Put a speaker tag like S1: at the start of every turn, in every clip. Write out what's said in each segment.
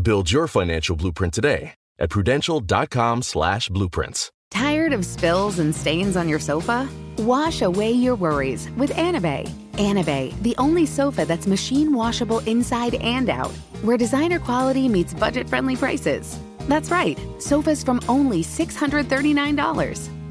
S1: Build your financial blueprint today at prudential.com slash blueprints.
S2: Tired of spills and stains on your sofa? Wash away your worries with Anabe. Anabe, the only sofa that's machine washable inside and out, where designer quality meets budget-friendly prices. That's right, sofas from only $639.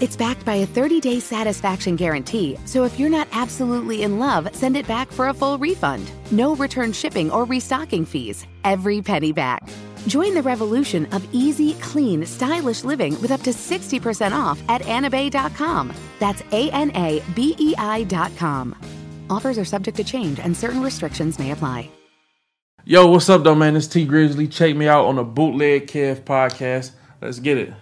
S2: It's backed by a 30-day satisfaction guarantee, so if you're not absolutely in love, send it back for a full refund. No return shipping or restocking fees. Every penny back. Join the revolution of easy, clean, stylish living with up to 60% off at anabay.com. That's A N A B E I.com. Offers are subject to change and certain restrictions may apply.
S3: Yo, what's up, though, man? It's T Grizzly. Check me out on the Bootleg Kev podcast. Let's get it.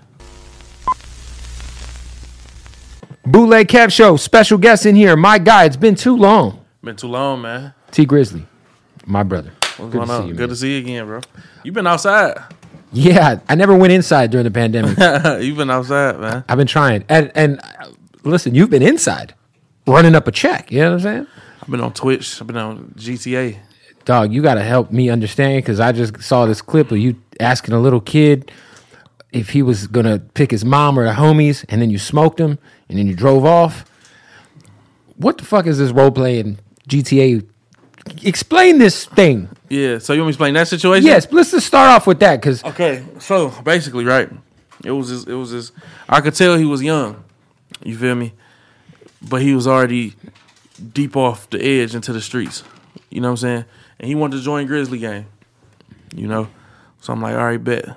S4: Bootleg Cap Show, special guest in here. My guy, it's been too long.
S3: Been too long, man.
S4: T Grizzly, my brother.
S3: What's going on? Good to see you again, bro. You've been outside.
S4: you. Yeah, I never went inside during the pandemic.
S3: You've been outside, man.
S4: I've been trying. And and uh, listen, you've been inside, running up a check. You know what I'm saying?
S3: I've been on Twitch. I've been on GTA.
S4: Dog, you got to help me understand because I just saw this clip of you asking a little kid if he was gonna pick his mom or the homies, and then you smoked him, and then you drove off. What the fuck is this role playing GTA? Explain this thing.
S3: Yeah. So you want me to explain that situation?
S4: Yes, but let's just start off with that because
S3: Okay, so basically, right? It was just, it was just. I could tell he was young. You feel me? But he was already deep off the edge into the streets. You know what I'm saying? And he wanted to join Grizzly Gang. You know, so I'm like, all right, bet.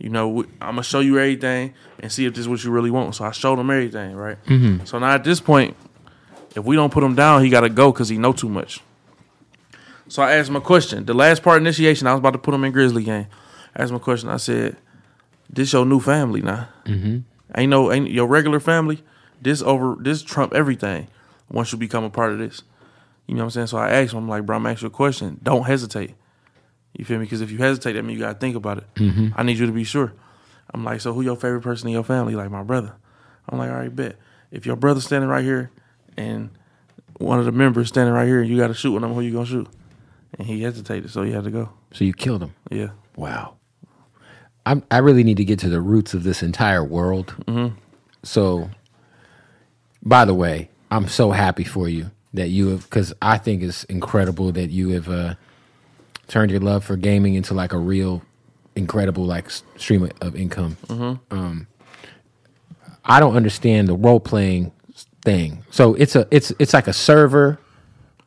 S3: You know, I'm gonna show you everything and see if this is what you really want. So I showed him everything, right? So now at this point, if we don't put him down, he gotta go because he know too much. So I asked him a question. The last part initiation, I was about to put him in Grizzly game. I asked him a question. I said, "This your new family now? Mm-hmm. Ain't no ain't your regular family. This over this trump everything. Once you become a part of this, you know what I'm saying." So I asked him, "I'm like, bro, I'm asking you a question. Don't hesitate. You feel me? Because if you hesitate, that means you gotta think about it.
S4: Mm-hmm.
S3: I need you to be sure." I'm like, "So who your favorite person in your family? He Like my brother." I'm like, "All right, bet. If your brother's standing right here, and one of the members standing right here, and you gotta shoot one of them. Who you gonna shoot?" And he hesitated, so he had to go.
S4: so you killed him.
S3: Yeah.
S4: Wow. I'm, I really need to get to the roots of this entire world. So, by the way, I'm so happy for you that you have, because I think it's incredible that you have uh, turned your love for gaming into like a real, incredible like s- stream of- of income. Um, I don't understand the role playing thing. So it's a it's it's like a server.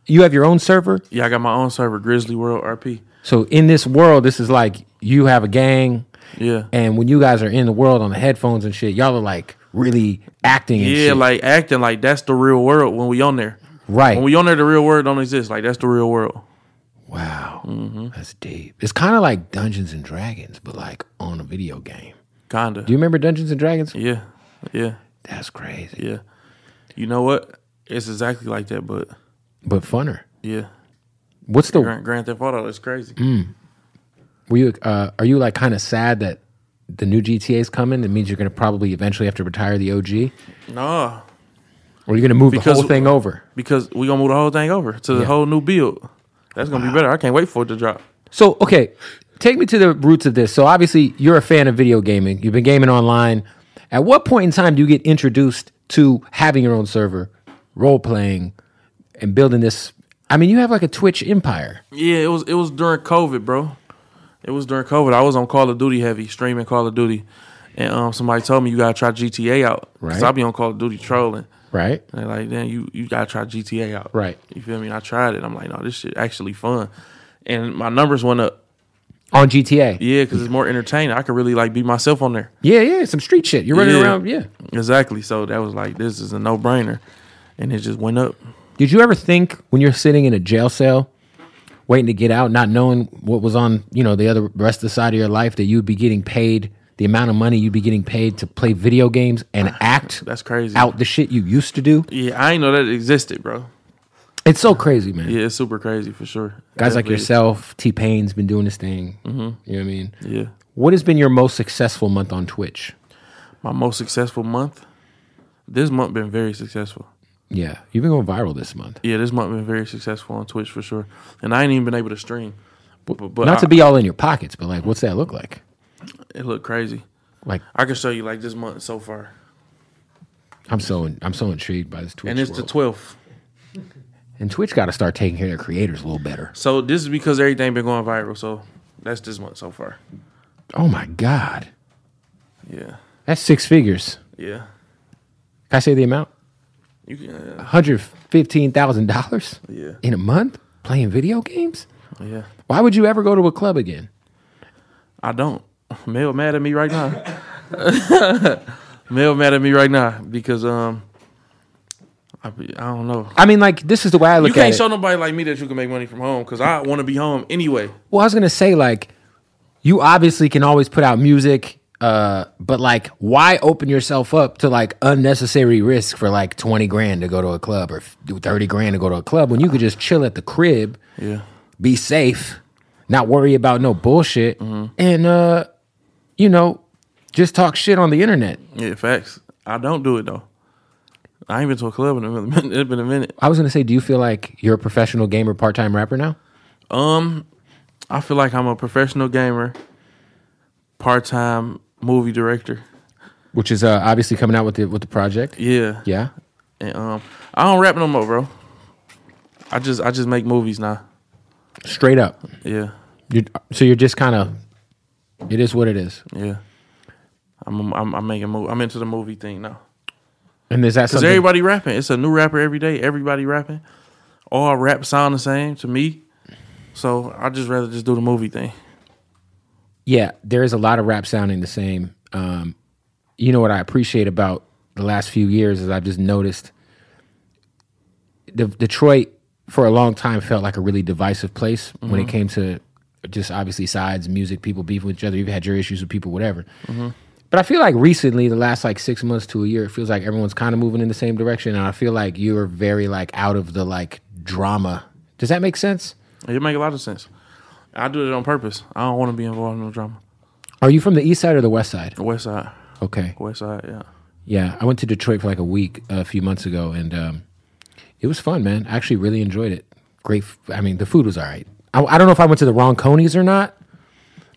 S4: You have your own server.
S3: Yeah, I got my own server, Grizzly World RP.
S4: So in this world, this is like you have a gang.
S3: Yeah.
S4: And when you guys are in the world on the headphones and shit, y'all are like really acting and
S3: yeah,
S4: shit.
S3: like acting like that's the real world when we on there.
S4: right.
S3: When we on there, the real world don't exist. Like that's the real world.
S4: wow.
S3: Mm-hmm.
S4: That's deep. It's kind of like Dungeons and Dragons, but like on a video game.
S3: Kinda.
S4: Do you remember Dungeons and Dragons?
S3: yeah. Yeah.
S4: That's crazy.
S3: Yeah. You know what? It's exactly like that, but
S4: But funner.
S3: yeah.
S4: What's the
S3: Grand, Grand Theft Auto is crazy.
S4: Mm. were you uh are you like kind of sad that the new GTA's coming? It means you're gonna probably eventually have to retire the OG.
S3: Nah.
S4: Or you're gonna move the
S3: Because-
S4: whole thing over.
S3: because we gonna move the whole thing over to the
S4: Yeah.
S3: whole new build. That's gonna be better. I can't wait for it to drop.
S4: So okay, take me to the roots of this. So obviously you're a fan of video gaming. You've been gaming online. At what point in time do you get introduced to having your own server, role playing, and building this? I mean, you have like a Twitch empire.
S3: Yeah, it was it was during COVID, bro. It was during COVID. I was on Call of Duty heavy, streaming Call of Duty, and um, somebody told me you gotta try GTA out.
S4: Right.
S3: I'll be on Call of Duty trolling.
S4: Right.
S3: And they're like, then you you gotta try GTA out.
S4: Right.
S3: You feel me? And I tried it. I'm like, no, this shit actually fun. And my numbers went up.
S4: On GTA.
S3: Yeah, because it's more entertaining. I could really like be myself on there.
S4: Yeah, yeah, some street shit. You're running
S3: Yeah.
S4: around. Yeah.
S3: Exactly. So that was like, this is a no brainer, and it just went up.
S4: Did you ever think when you're sitting in a jail cell, waiting to get out, not knowing what was on, you know, the other rest of the side of your life, that you'd be getting paid the amount of money you'd be getting paid to play video games and act
S3: That's crazy.
S4: out the shit you used to do?
S3: Yeah, I ain't know that existed, bro.
S4: It's so crazy, man.
S3: Yeah, it's super crazy for sure.
S4: Guys like
S3: Definitely.
S4: yourself, T Pain's been doing this thing. Mm-hmm. You know what I mean?
S3: Yeah,
S4: What has been your most successful month on Twitch?
S3: my most successful month. This month been very successful.
S4: Yeah, you've been going viral this month.
S3: Yeah, this month been very successful on Twitch for sure. And I ain't even been able to stream. But, but, but
S4: Not
S3: I-
S4: to be all in your pockets, but like, what's that look like?
S3: it looked crazy.
S4: Like,
S3: I can show you like this month so far,
S4: I'm so I'm so intrigued by this Twitch.
S3: and it's the
S4: world.
S3: twelfth.
S4: and Twitch got to start taking care of their creators a little better.
S3: So this is because everything been going viral. So that's this month so far.
S4: Oh my God.
S3: Yeah,
S4: That's six figures.
S3: yeah.
S4: Can I say the amount?
S3: You can. Uh,
S4: $115,000
S3: Yeah.
S4: in a month playing video games?
S3: yeah,
S4: Why would you ever go to a club again?
S3: I don't. Mel mad at me right now. Mel mad at me right now because um, I be- I don't know.
S4: I mean, like, this is the way I look
S3: You can't
S4: at it.
S3: show nobody like me that you can make money from home because I want to be home anyway.
S4: Well, I was gonna say like, you obviously can always put out music, uh, but like, why open yourself up to like unnecessary risk for like twenty grand to go to a club or thirty grand to go to a club when you could just chill at the crib,
S3: Yeah.
S4: be safe, not worry about no bullshit, and uh, you know, just talk shit on the internet.
S3: Yeah, facts. I don't do it though. I ain't been to a club in a minute. It's been a minute.
S4: I was gonna say, do you feel like you're a professional gamer, part time rapper now?
S3: Um, I feel like I'm a professional gamer, part time movie director.
S4: Which is uh, obviously coming out with the with the project.
S3: Yeah.
S4: Yeah.
S3: And um, I don't rap no more, bro. I just I just make movies now.
S4: Straight up.
S3: Yeah.
S4: You're, so you're just kind of, it is what it is.
S3: Yeah. I'm I'm, I'm making mo- I'm into the movie thing now.
S4: And is that
S3: Cause
S4: something?
S3: everybody rapping. It's a new rapper every day. Everybody rapping. All rap sound the same to me. So I just rather just do the movie thing.
S4: yeah, there is a lot of rap sounding the same. Um, you know what I appreciate about the last few years is I've just noticed the Detroit for a long time felt like a really divisive place when it came to just obviously sides, music, people beefing with each other. You've had your issues with people, whatever. But I feel like recently, the last like six months to a year, it feels like everyone's kind of moving in the same direction, and I feel like you're very like out of the like drama. Does that make sense?
S3: It make a lot of sense. I do it on purpose. I don't want to be involved in no drama.
S4: Are you from the east side or the west side?
S3: The West side.
S4: Okay.
S3: West side, yeah.
S4: Yeah, I went to Detroit for like a week uh, a few months ago, and um, it was fun, man. I actually really enjoyed it. Great. F- I mean, the food was all right. I, I don't know if I went to the wrong Coney's or not,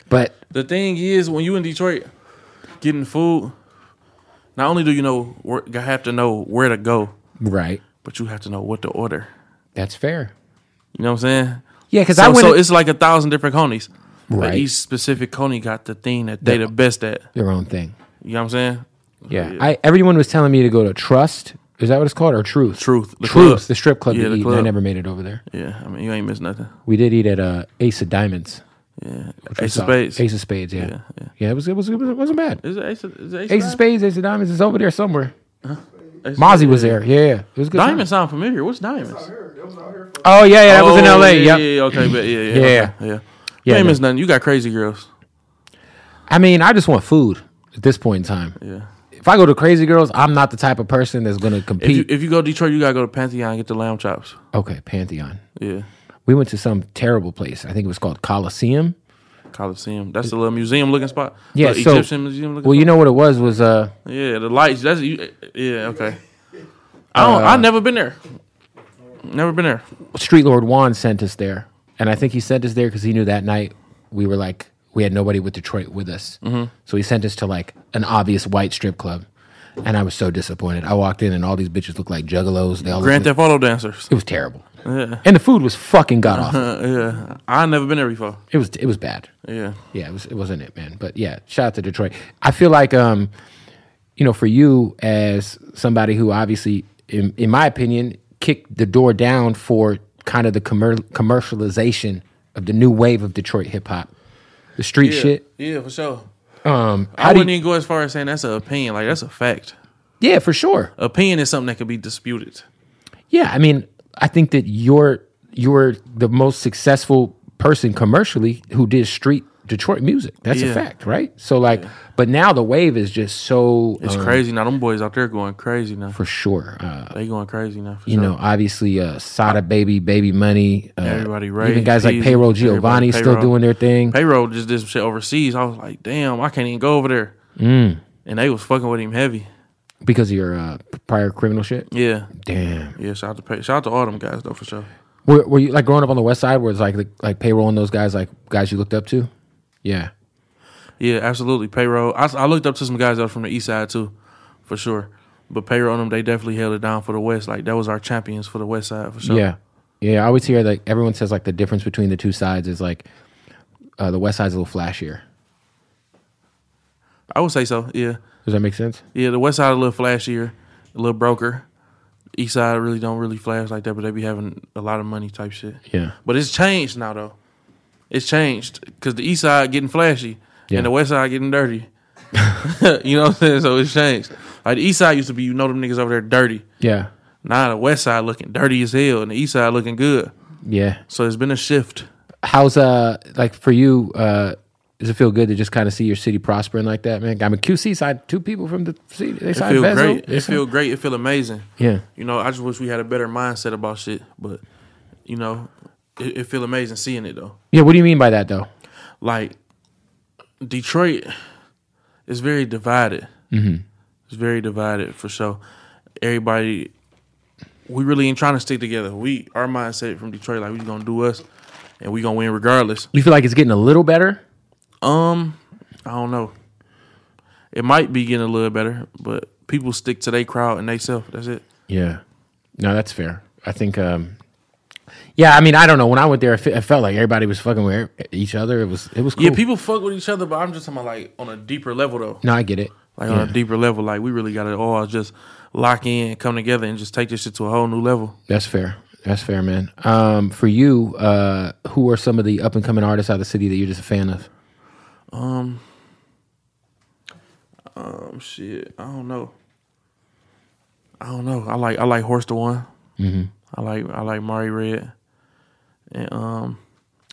S4: but
S3: The thing is, when you in Detroit getting food, not only do you know where, you have to know where to go,
S4: right,
S3: but you have to know what to order.
S4: that's fair.
S3: You know what I'm saying?
S4: Yeah, because
S3: So,
S4: I went.
S3: so
S4: to-
S3: it's like a thousand different conies. But
S4: Right.
S3: each specific coney got the thing that they the best at.
S4: their own thing.
S3: You know what I'm saying?
S4: Yeah, I everyone was telling me to go to Trust. Is that what it's called or Truth?
S3: Truth, the
S4: Truth,
S3: club.
S4: the strip club
S3: Yeah,
S4: to
S3: the
S4: eat. and I
S3: club.
S4: never made it over there.
S3: Yeah, I mean you ain't miss nothing.
S4: We did eat at uh, Ace of Diamonds.
S3: Yeah, Ace
S4: We
S3: of
S4: saw-
S3: Spades.
S4: Ace of Spades. Yeah, yeah. it was. It was. It was- it wasn't bad.
S3: Is it Ace of, is it Ace
S4: Ace
S3: Spades?
S4: of Spades, Ace of Diamonds is over there somewhere.
S3: Ace of
S4: Mozzie
S3: Spades,
S4: was
S3: yeah.
S4: there. Yeah, yeah. it was a good. time.
S3: Diamonds sound familiar. What's diamonds?
S4: Oh yeah, yeah, that was in
S3: Oh,
S4: LA.
S3: Yeah,
S4: yep.
S3: yeah, yeah, okay, but yeah, yeah,
S4: Yeah,
S3: okay, yeah. You
S4: Yeah,
S3: ain't
S4: no.
S3: miss nothing. You got crazy girls.
S4: I mean, I just want food at this point in time.
S3: Yeah.
S4: If I go to Crazy Girls, I'm not the type of person that's going to
S3: If you,
S4: compete.
S3: if you go to Detroit, you gotta go to Pantheon and get the lamb chops.
S4: okay, Pantheon.
S3: Yeah,
S4: We went to some terrible place. I think it was called Coliseum.
S3: Coliseum. That's the little museum looking spot.
S4: Yeah,
S3: the
S4: so-
S3: Egyptian museum looking.
S4: Well, you know what it was was uh
S3: spot. yeah, the lights. That's you, yeah, okay. I don't. I've never been there. Never been there.
S4: Street Lord Juan sent us there, and I think he sent us there because he knew that night we were like we had nobody with Detroit with us, so he sent us to like an obvious white strip club, and I was so disappointed. I walked in and all these bitches looked like juggalos. They all
S3: Grand
S4: looked,
S3: Theft Auto dancers. Uh,
S4: it was terrible, and the food was fucking god awful.
S3: Yeah, I never been there before.
S4: It was it was bad.
S3: Yeah,
S4: Yeah, it was it wasn't it, man. But yeah, shout out to Detroit. I feel like um, you know, for you as somebody who obviously, in, in my opinion, kicked the door down for kind of the commer- commercialization of the new wave of Detroit hip hop, the street
S3: yeah,
S4: shit.
S3: yeah, for sure. I
S4: How do
S3: wouldn't
S4: you,
S3: even go as far as saying that's an opinion. Like that's a fact.
S4: yeah, for sure.
S3: Opinion is something that can be disputed.
S4: Yeah, I mean, I think that you're you're the most successful person commercially who did street Detroit music. That's
S3: Yeah.
S4: a fact, right? So like, but now the wave is just so
S3: It's
S4: um,
S3: crazy now. Them boys out there going crazy now.
S4: for sure. Uh,
S3: They going crazy now. For
S4: you
S3: sure.
S4: know, obviously uh Sada Baby, Baby Money, uh,
S3: Everybody Ray,
S4: even guys like
S3: Peasy,
S4: Payroll
S3: everybody
S4: Giovanni still
S3: Payroll.
S4: doing their thing.
S3: payroll just did some shit overseas. I was like, damn, I can't even go over there. Mm. And they was fucking with him heavy.
S4: because of your uh, prior criminal shit.
S3: Yeah,
S4: Damn.
S3: yeah. Shout out to pay. Shout out to all them guys though for sure.
S4: Were, were you like growing up on the West Side? Was like, like like Payroll and those guys like guys you looked up to? Yeah.
S3: Yeah, absolutely. Payroll. I, I looked up to some guys out from the east side too, for sure. But payroll them, they definitely held it down for the west. Like that was our champions for the west side for sure.
S4: Yeah. Yeah. I always hear like everyone says like the difference between the two sides is like uh, the West Side's a little flashier.
S3: I would say so. Yeah,
S4: Does that make sense?
S3: yeah. The west side a little flashier, a little broker. East side really don't really flash like that, but they be having a lot of money type shit.
S4: Yeah.
S3: But it's changed now though. It's changed because the east side getting flashy
S4: Yeah.
S3: and the west side getting dirty. you know what I'm saying? So it's changed. Like the east side used to be, you know, them niggas over there dirty.
S4: Yeah.
S3: Now the west side looking dirty as hell and the east side looking good.
S4: Yeah.
S3: So it's been a shift.
S4: how's uh like for you uh does it feel good to just kind of see your city prospering like that man i mean qc signed two people from the city they
S3: It
S4: signed
S3: feel
S4: Bezo.
S3: great.
S4: They
S3: It
S4: signed-
S3: feel great. It feel amazing.
S4: yeah
S3: You know, I just wish we had a better mindset about shit. But you know, it, it feel amazing seeing it though.
S4: yeah what do you mean by that though
S3: like Detroit is very divided. Mm-hmm. It's very divided for sure. Everybody, we really ain't trying to stick together. We our mindset from Detroit, like we gonna do us, and we gonna win regardless.
S4: you feel like it's getting a little better
S3: Um, I don't know. It might be getting a little better, but people stick to their crowd and they self. That's it.
S4: yeah no that's fair i think um yeah i mean i don't know when i went there it, fe- it felt like everybody was fucking with e-, each other it was it was cool
S3: Yeah, people fuck with each other, but I'm just talking about like on a deeper level though.
S4: no i get it
S3: Like on a deeper level, like we really gotta all just lock in, come together, and just take this shit to a whole new level.
S4: that's fair that's fair man um for you uh who are some of the up and coming artists out of the city that you're just a fan of
S3: Um, Shit, I don't know. I don't know. I like I like Horse to One. Mm-hmm. I like I like Mari Red, and um,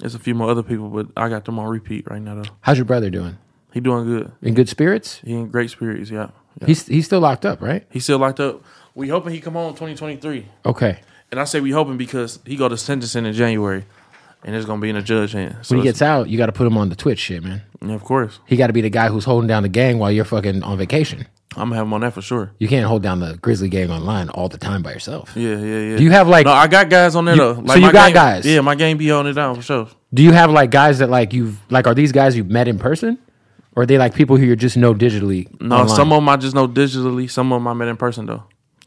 S3: there's a few more other people, but I got them on repeat right now though.
S4: how's your brother doing
S3: He doing good.
S4: in good spirits
S3: He in great spirits. Yeah,
S4: he's he's still locked up right
S3: he still locked up. We hoping he come home 2023,
S4: Okay.
S3: and I say we hoping because he go to sentencing in January, and it's gonna be in a judge hand. So
S4: When he
S3: it's-
S4: gets out, you got to put him on the Twitch shit, man.
S3: yeah, of course,
S4: He got to be the guy who's holding down the gang while you're fucking on vacation.
S3: I'm gonna have him on that for sure.
S4: You can't hold down the Grizzly gang online all the time by yourself.
S3: Yeah, yeah, yeah.
S4: Do you have like
S3: no, I got guys on there
S4: You-
S3: though.
S4: so you
S3: my
S4: got
S3: game-
S4: guys?
S3: Yeah, my game be holding it down for sure.
S4: do you have like guys that like you've like are these guys you've met in person? Or are they like people who you just know digitally?
S3: No,
S4: online?
S3: some of them I just know digitally. Some of them I met in person though.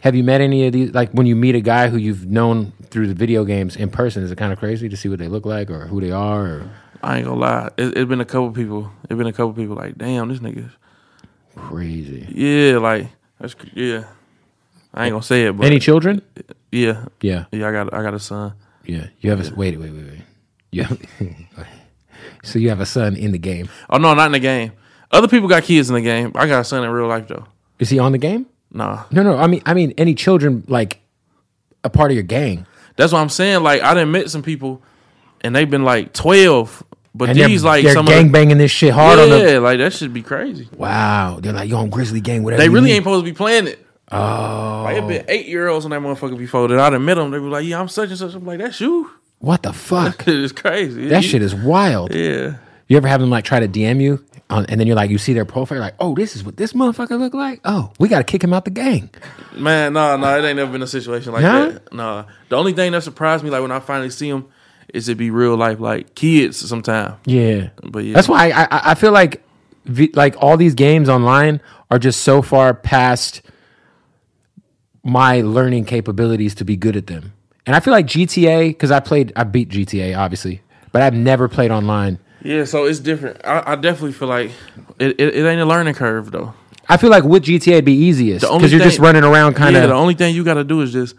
S4: have you met any of these like when you meet a guy who you've known through the video games in person, is it kind of crazy to see what they look like or who they are or
S3: I ain't gonna lie. It's it been a couple people. It's been a couple people like, damn, this nigga.
S4: crazy.
S3: Yeah, like that's cr- yeah. I ain't gonna say it, but
S4: Any children?
S3: yeah,
S4: Yeah.
S3: yeah. I got I got a son.
S4: Yeah. You have a wait, wait, wait, wait. You have, so you have a son in the game.
S3: Oh no, not in the game. Other people got kids in the game. I got a son in real life though.
S4: Is he on the game?
S3: Nah,
S4: No, no. I mean, I mean, any children like a part of your gang,
S3: that's what I'm saying. Like I done met some people, and they've been like twelve, but
S4: and
S3: these
S4: they're,
S3: like
S4: they're
S3: some
S4: gang
S3: of
S4: banging this shit hard
S3: the,
S4: on
S3: yeah,
S4: them.
S3: like that should be crazy.
S4: Wow, they're like, yo, I'm Grizzly Gang, whatever.
S3: They
S4: you
S3: really
S4: need.
S3: ain't supposed to be playing it. Oh, like it been eight year olds on that motherfucker before that I done met them. They be like, "Yeah, I'm such and such." I'm like, "That's you."
S4: What the fuck?
S3: It's crazy.
S4: that shit is wild.
S3: Yeah,
S4: You ever have them like try to DM you, on, and then you're like, you see their profile, you're like, oh, this is what this motherfucker look like. Oh, we got to kick him out the gang.
S3: Man, no, no, it ain't never been a situation like
S4: Nah?
S3: that. Nah. The only thing that surprised me, like when I finally see him, is it be real life, like kids sometimes.
S4: Yeah,
S3: But yeah.
S4: that's why I I, I feel like vi- like all these games online are just so far past my learning capabilities to be good at them. And I feel like GTA because I played, I beat GTA obviously, but I've never played online.
S3: Yeah, so it's different. I, I definitely feel like it, it, it ain't a learning curve though.
S4: I feel like with GTA it'd be easiest
S3: The only
S4: because you're just
S3: thing-
S4: running around kind
S3: Yeah,
S4: of.
S3: the only thing you got to do is just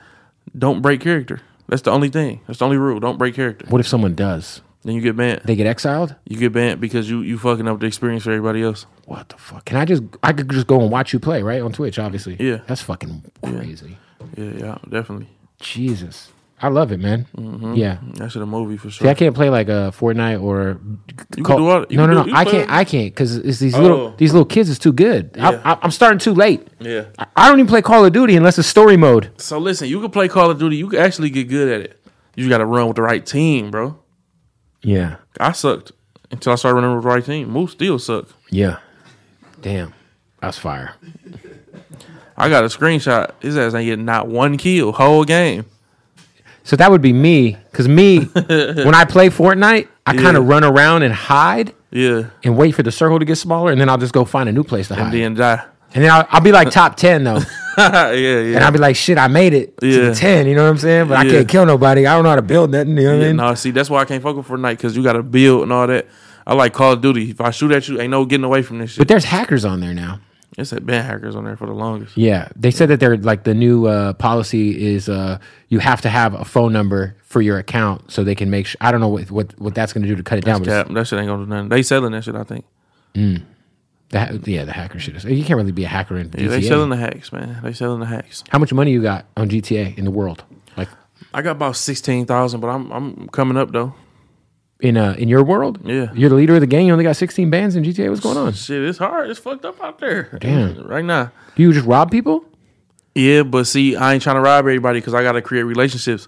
S3: don't break character. That's the only thing. That's the only rule. Don't break character.
S4: what if someone does?
S3: Then you get banned.
S4: They get exiled.
S3: You get banned because you you fucking up the experience for everybody else.
S4: What the fuck? Can I just? I could just go and watch you play right on Twitch, obviously.
S3: Yeah.
S4: that's fucking crazy.
S3: Yeah, yeah, definitely.
S4: Jesus, I love it, man.
S3: Mm-hmm.
S4: Yeah,
S3: That's in a movie for
S4: See,
S3: sure.
S4: I can't play like a Fortnite or.
S3: You can do all- you
S4: no,
S3: can
S4: no,
S3: do-
S4: no.
S3: you
S4: I
S3: play-
S4: can't. I can't because it's these
S3: Oh.
S4: little these little kids is too good. I,
S3: Yeah.
S4: I, I'm starting too late.
S3: yeah.
S4: I, I don't even play Call of Duty unless it's story mode.
S3: So listen, you can play Call of Duty. You can actually get good at it. You got to run with the right team, bro.
S4: Yeah,
S3: I sucked until I started running with the right team. Moose still suck.
S4: yeah. Damn, that's fire.
S3: I got a screenshot. His ass ain't getting not one kill whole game.
S4: So that would be me because me when I play Fortnite, I kind of
S3: Yeah.
S4: run around and hide.
S3: Yeah,
S4: And wait for the circle to get smaller, and then I'll just go find a new place to
S3: and
S4: hide.
S3: then die.
S4: And then I'll, I'll be like top 10 though.
S3: yeah, yeah.
S4: And I'll be like, shit, I made it to
S3: Yeah.
S4: the 10. You know what I'm saying? But I
S3: Yeah.
S4: can't kill nobody. I don't know how to build nothing. You know what I
S3: Yeah,
S4: mean?
S3: no, see, that's why I can't fuck with Fortnite because you got to build and all that. I like Call of Duty. If I shoot at you, ain't no getting away from this
S4: But
S3: shit.
S4: there's hackers on there now.
S3: It's had been hackers on there for the longest.
S4: Yeah. They said that they're like the new uh, policy is uh, you have to have a phone number for your account so they can make sure. I don't know what, what, what that's going to do to cut it down. But
S3: Cap,
S4: it's-
S3: that shit ain't gonna do nothing. They selling that shit. I think.
S4: the, ha- yeah, the hacker shit is. You can't really be a hacker in
S3: Yeah, they
S4: GTA.
S3: selling the hacks, man. They selling the hacks.
S4: how much money you got on GTA in the world? Like
S3: I got about sixteen thousand, but I'm I'm coming up though.
S4: in uh, in your world?
S3: Yeah.
S4: You're the leader of the gang. You only got 16 bands in GTA. What's going on?
S3: Shit, it's hard. It's fucked up out there.
S4: Damn.
S3: Right now.
S4: Do you just rob people?
S3: Yeah, but see, I ain't trying to rob everybody because I got to create relationships.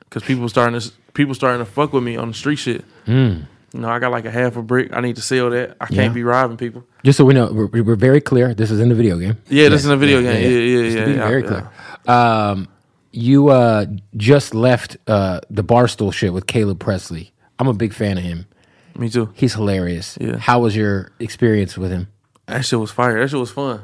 S3: Because people starting to people starting to fuck with me on the street shit. Mm. You know, I got like a half a brick. I need to sell that. I can't
S4: Hmm. Yeah.
S3: be robbing people.
S4: Just so we know, we're, we're very clear. This is in the video game.
S3: Yeah, this is a video game. Yeah, yeah,
S4: Just to
S3: yeah,
S4: be
S3: yeah,
S4: very
S3: yeah.
S4: clear. Um, you uh, just left uh, the barstool shit with Caleb Presley. I'm a big fan of him.
S3: Me too.
S4: He's hilarious.
S3: Yeah.
S4: How was your experience with him?
S3: That shit was fire. That shit was fun.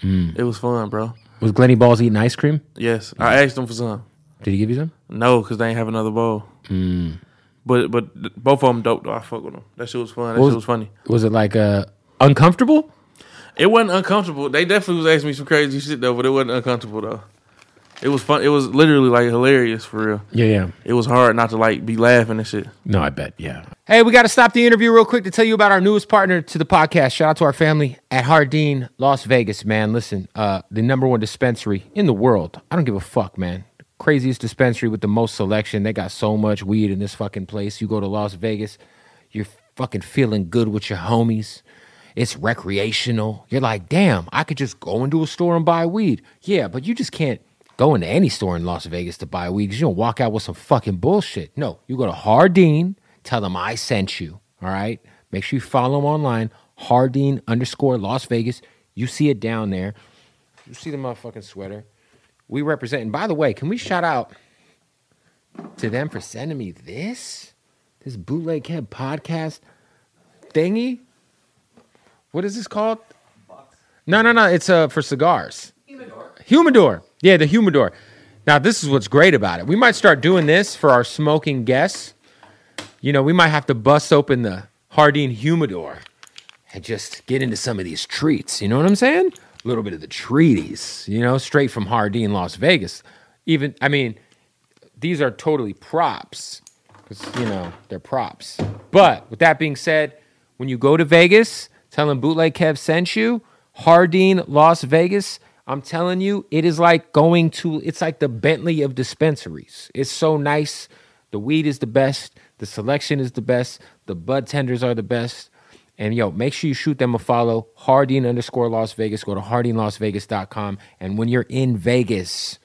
S4: Hmm.
S3: It was fun, bro.
S4: Was Glenny Balls eating ice cream?
S3: Yes, I asked them for some.
S4: Did he give you some?
S3: No, because they ain't have another bowl.
S4: Hmm.
S3: But but th- both of them dope though. I fuck with them. That shit was fun. That
S4: What
S3: shit
S4: was-
S3: was funny.
S4: Was it like uh, uncomfortable?
S3: It wasn't uncomfortable. They definitely was asking me some crazy shit though, but it wasn't uncomfortable though. It was fun. It was literally like hilarious for real.
S4: Yeah, yeah.
S3: It was hard not to like be laughing and shit.
S4: No, I bet. Yeah. Hey, we got to stop the interview real quick to tell you about our newest partner to the podcast. Shout out to our family at Hardin, Las Vegas, man. Listen, uh, the number one dispensary in the world. I don't give a fuck, man. Craziest dispensary with the most selection. They got so much weed in this fucking place. You go to Las Vegas, you're fucking feeling good with your homies. It's recreational. You're like, damn, I could just go into a store and buy weed. Yeah, but you just can't go into any store in Las Vegas to buy weed 'cause you don't walk out with some fucking bullshit. No, you go to Hardine, tell them I sent you. All right. Make sure you follow them online, Hardine underscore Las Vegas. You see it down there. You see the motherfucking sweater. We represent. And by the way, can we shout out to them for sending me this? This bootleghead podcast thingy? What is this called? No, no, no. It's uh, for cigars. Humidor. Yeah, the humidor. Now, this is what's great about it. We might start doing this for our smoking guests. You know, we might have to bust open the Hardin humidor and just get into some of these treats. You know what I'm saying? A little bit of the treaties, you know, straight from Hardin, Las Vegas. Even, I mean, these are totally props because, you know, they're props. But with that being said, when you go to Vegas, tell them Bootleg Kev sent you, Hardin, Las Vegas. I'm telling you, it is like going to, it's like the Bentley of dispensaries. It's so nice. The weed is the best. The selection is the best. The bud tenders are the best. And yo, make sure you shoot them a follow. Hardin underscore Las Vegas. Go to hardinlasvegas.com. And when you're in Vegas,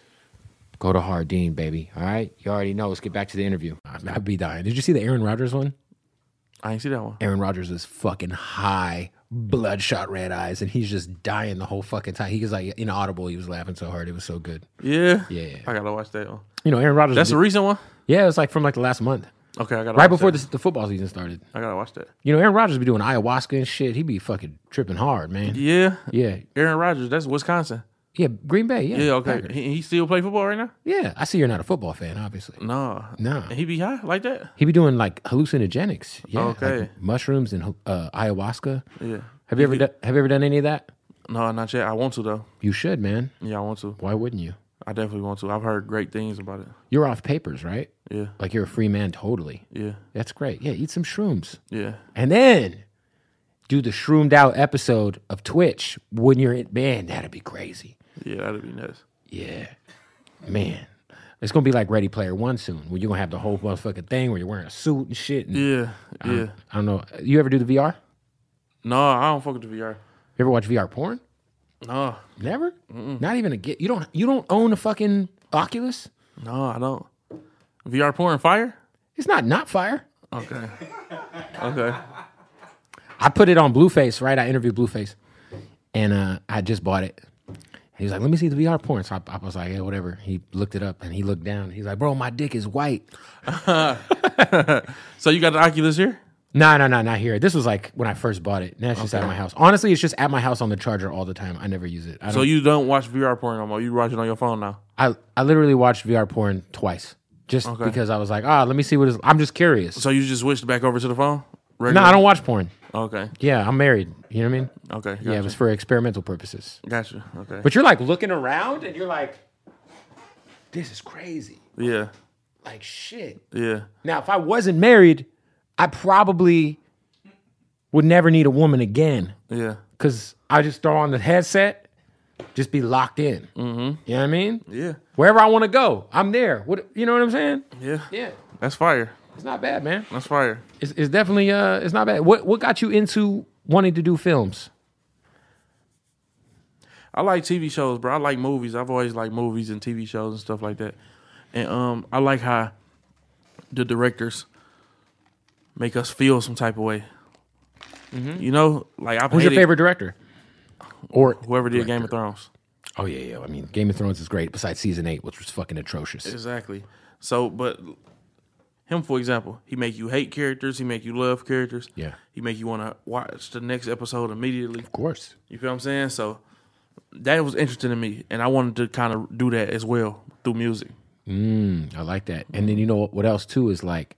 S4: go to Hardin, baby. All right? You already know. Let's get back to the interview. I'd be dying. Did you see the Aaron Rodgers one?
S3: I ain't see that one.
S4: Aaron Rodgers is fucking high, bloodshot red eyes, and he's just dying the whole fucking time. He was like inaudible. He was laughing so hard. It was so good.
S3: Yeah,
S4: Yeah.
S3: I gotta watch that one.
S4: You know, Aaron Rodgers.
S3: That's a recent one.
S4: yeah, it was like from like the last month,
S3: Okay, I gotta
S4: right
S3: watch
S4: before
S3: that.
S4: this, the football season started.
S3: I gotta watch that.
S4: You know, Aaron Rodgers be doing ayahuasca and shit. He be fucking tripping hard, man. Yeah,
S3: Yeah,
S4: yeah,
S3: Aaron Rodgers. That's Wisconsin.
S4: Green Bay. Yeah,
S3: Yeah, okay.
S4: Packers.
S3: He, he still play football right now?
S4: Yeah, I see you're not a football fan, obviously.
S3: No,
S4: No.
S3: And he be high like that?
S4: He be doing like hallucinogenics. Yeah, like
S3: Okay.
S4: mushrooms and uh, ayahuasca.
S3: Yeah.
S4: Have you ever done, have you ever done any of that?
S3: No, not yet. I want to though.
S4: You should, man.
S3: Yeah, I want to.
S4: Why wouldn't you?
S3: I definitely want to. I've heard great things about it.
S4: You're off papers, right?
S3: Yeah,
S4: Like you're a free man totally.
S3: yeah,
S4: That's great. Yeah, eat some shrooms.
S3: yeah.
S4: And then do the shroomed out episode of Twitch when you're in man, that'd be crazy.
S3: Yeah, that'd be nice.
S4: Yeah. Man. It's gonna be like Ready Player One soon, where you're gonna have the whole motherfucking thing where you're wearing a suit and shit. And,
S3: Yeah, yeah.
S4: I don't know. You ever do the VR?
S3: No, I don't fuck with the VR.
S4: You ever watch VR porn?
S3: No,
S4: Never? Not even a get you don't you don't own a fucking Oculus?
S3: no, I don't. VR pouring fire?
S4: It's not not fire.
S3: Okay. Okay.
S4: I put it on Blueface, right? I interviewed Blueface, and uh, I just bought it. He was like, "Let me see the VR porn." So I, I was like, "Yeah, whatever." He looked it up, and he looked down. He's like, "Bro, my dick is white."
S3: So you got the Oculus here?
S4: No, no, no, not here. This was like when I first bought it. Now it's just at my house. Honestly, it's just at my house on the charger all the time. I never use it. I don't,
S3: So you don't watch VR porn no more. You watch it on your phone now.
S4: I, I literally watched VR porn twice, just because I was like, "Ah, let me see what is." I'm just curious.
S3: So you just switched back over to the phone?
S4: no, I don't watch porn.
S3: Okay.
S4: Yeah, I'm married. You know what I mean?
S3: Okay. Gotcha.
S4: Yeah, it was for experimental purposes.
S3: gotcha. Okay.
S4: But you're like looking around, and you're like, "This is crazy."
S3: yeah.
S4: like shit.
S3: Yeah.
S4: Now, if I wasn't married, I probably would never need a woman again
S3: Yeah.
S4: because I just throw on the headset, just be locked in. Mm-hmm. You know what I mean?
S3: Yeah.
S4: Wherever I want to go, I'm there. What you know what I'm saying?
S3: Yeah.
S4: Yeah,
S3: That's fire.
S4: it's not bad, man.
S3: That's fire.
S4: It's, it's definitely uh, it's not bad. What what got you into wanting to do films?
S3: I like TV shows, bro. I like movies. I've always liked movies and TV shows and stuff like that. And um, I like how the directors make us feel some type of way. You know, like I.
S4: Mm-hmm. Who's your favorite director? Or
S3: Whoever did Game of Thrones.
S4: oh yeah, yeah. I mean, Game of Thrones is great. Besides season eight, which was fucking atrocious.
S3: Exactly. So, but him, for example, he make you hate characters. He make you love characters.
S4: Yeah.
S3: He make you want to watch the next episode immediately.
S4: of course.
S3: You feel what I'm saying? So that was interesting to me, and I wanted to kind of do that as well through music.
S4: I like that. And then you know what else too is like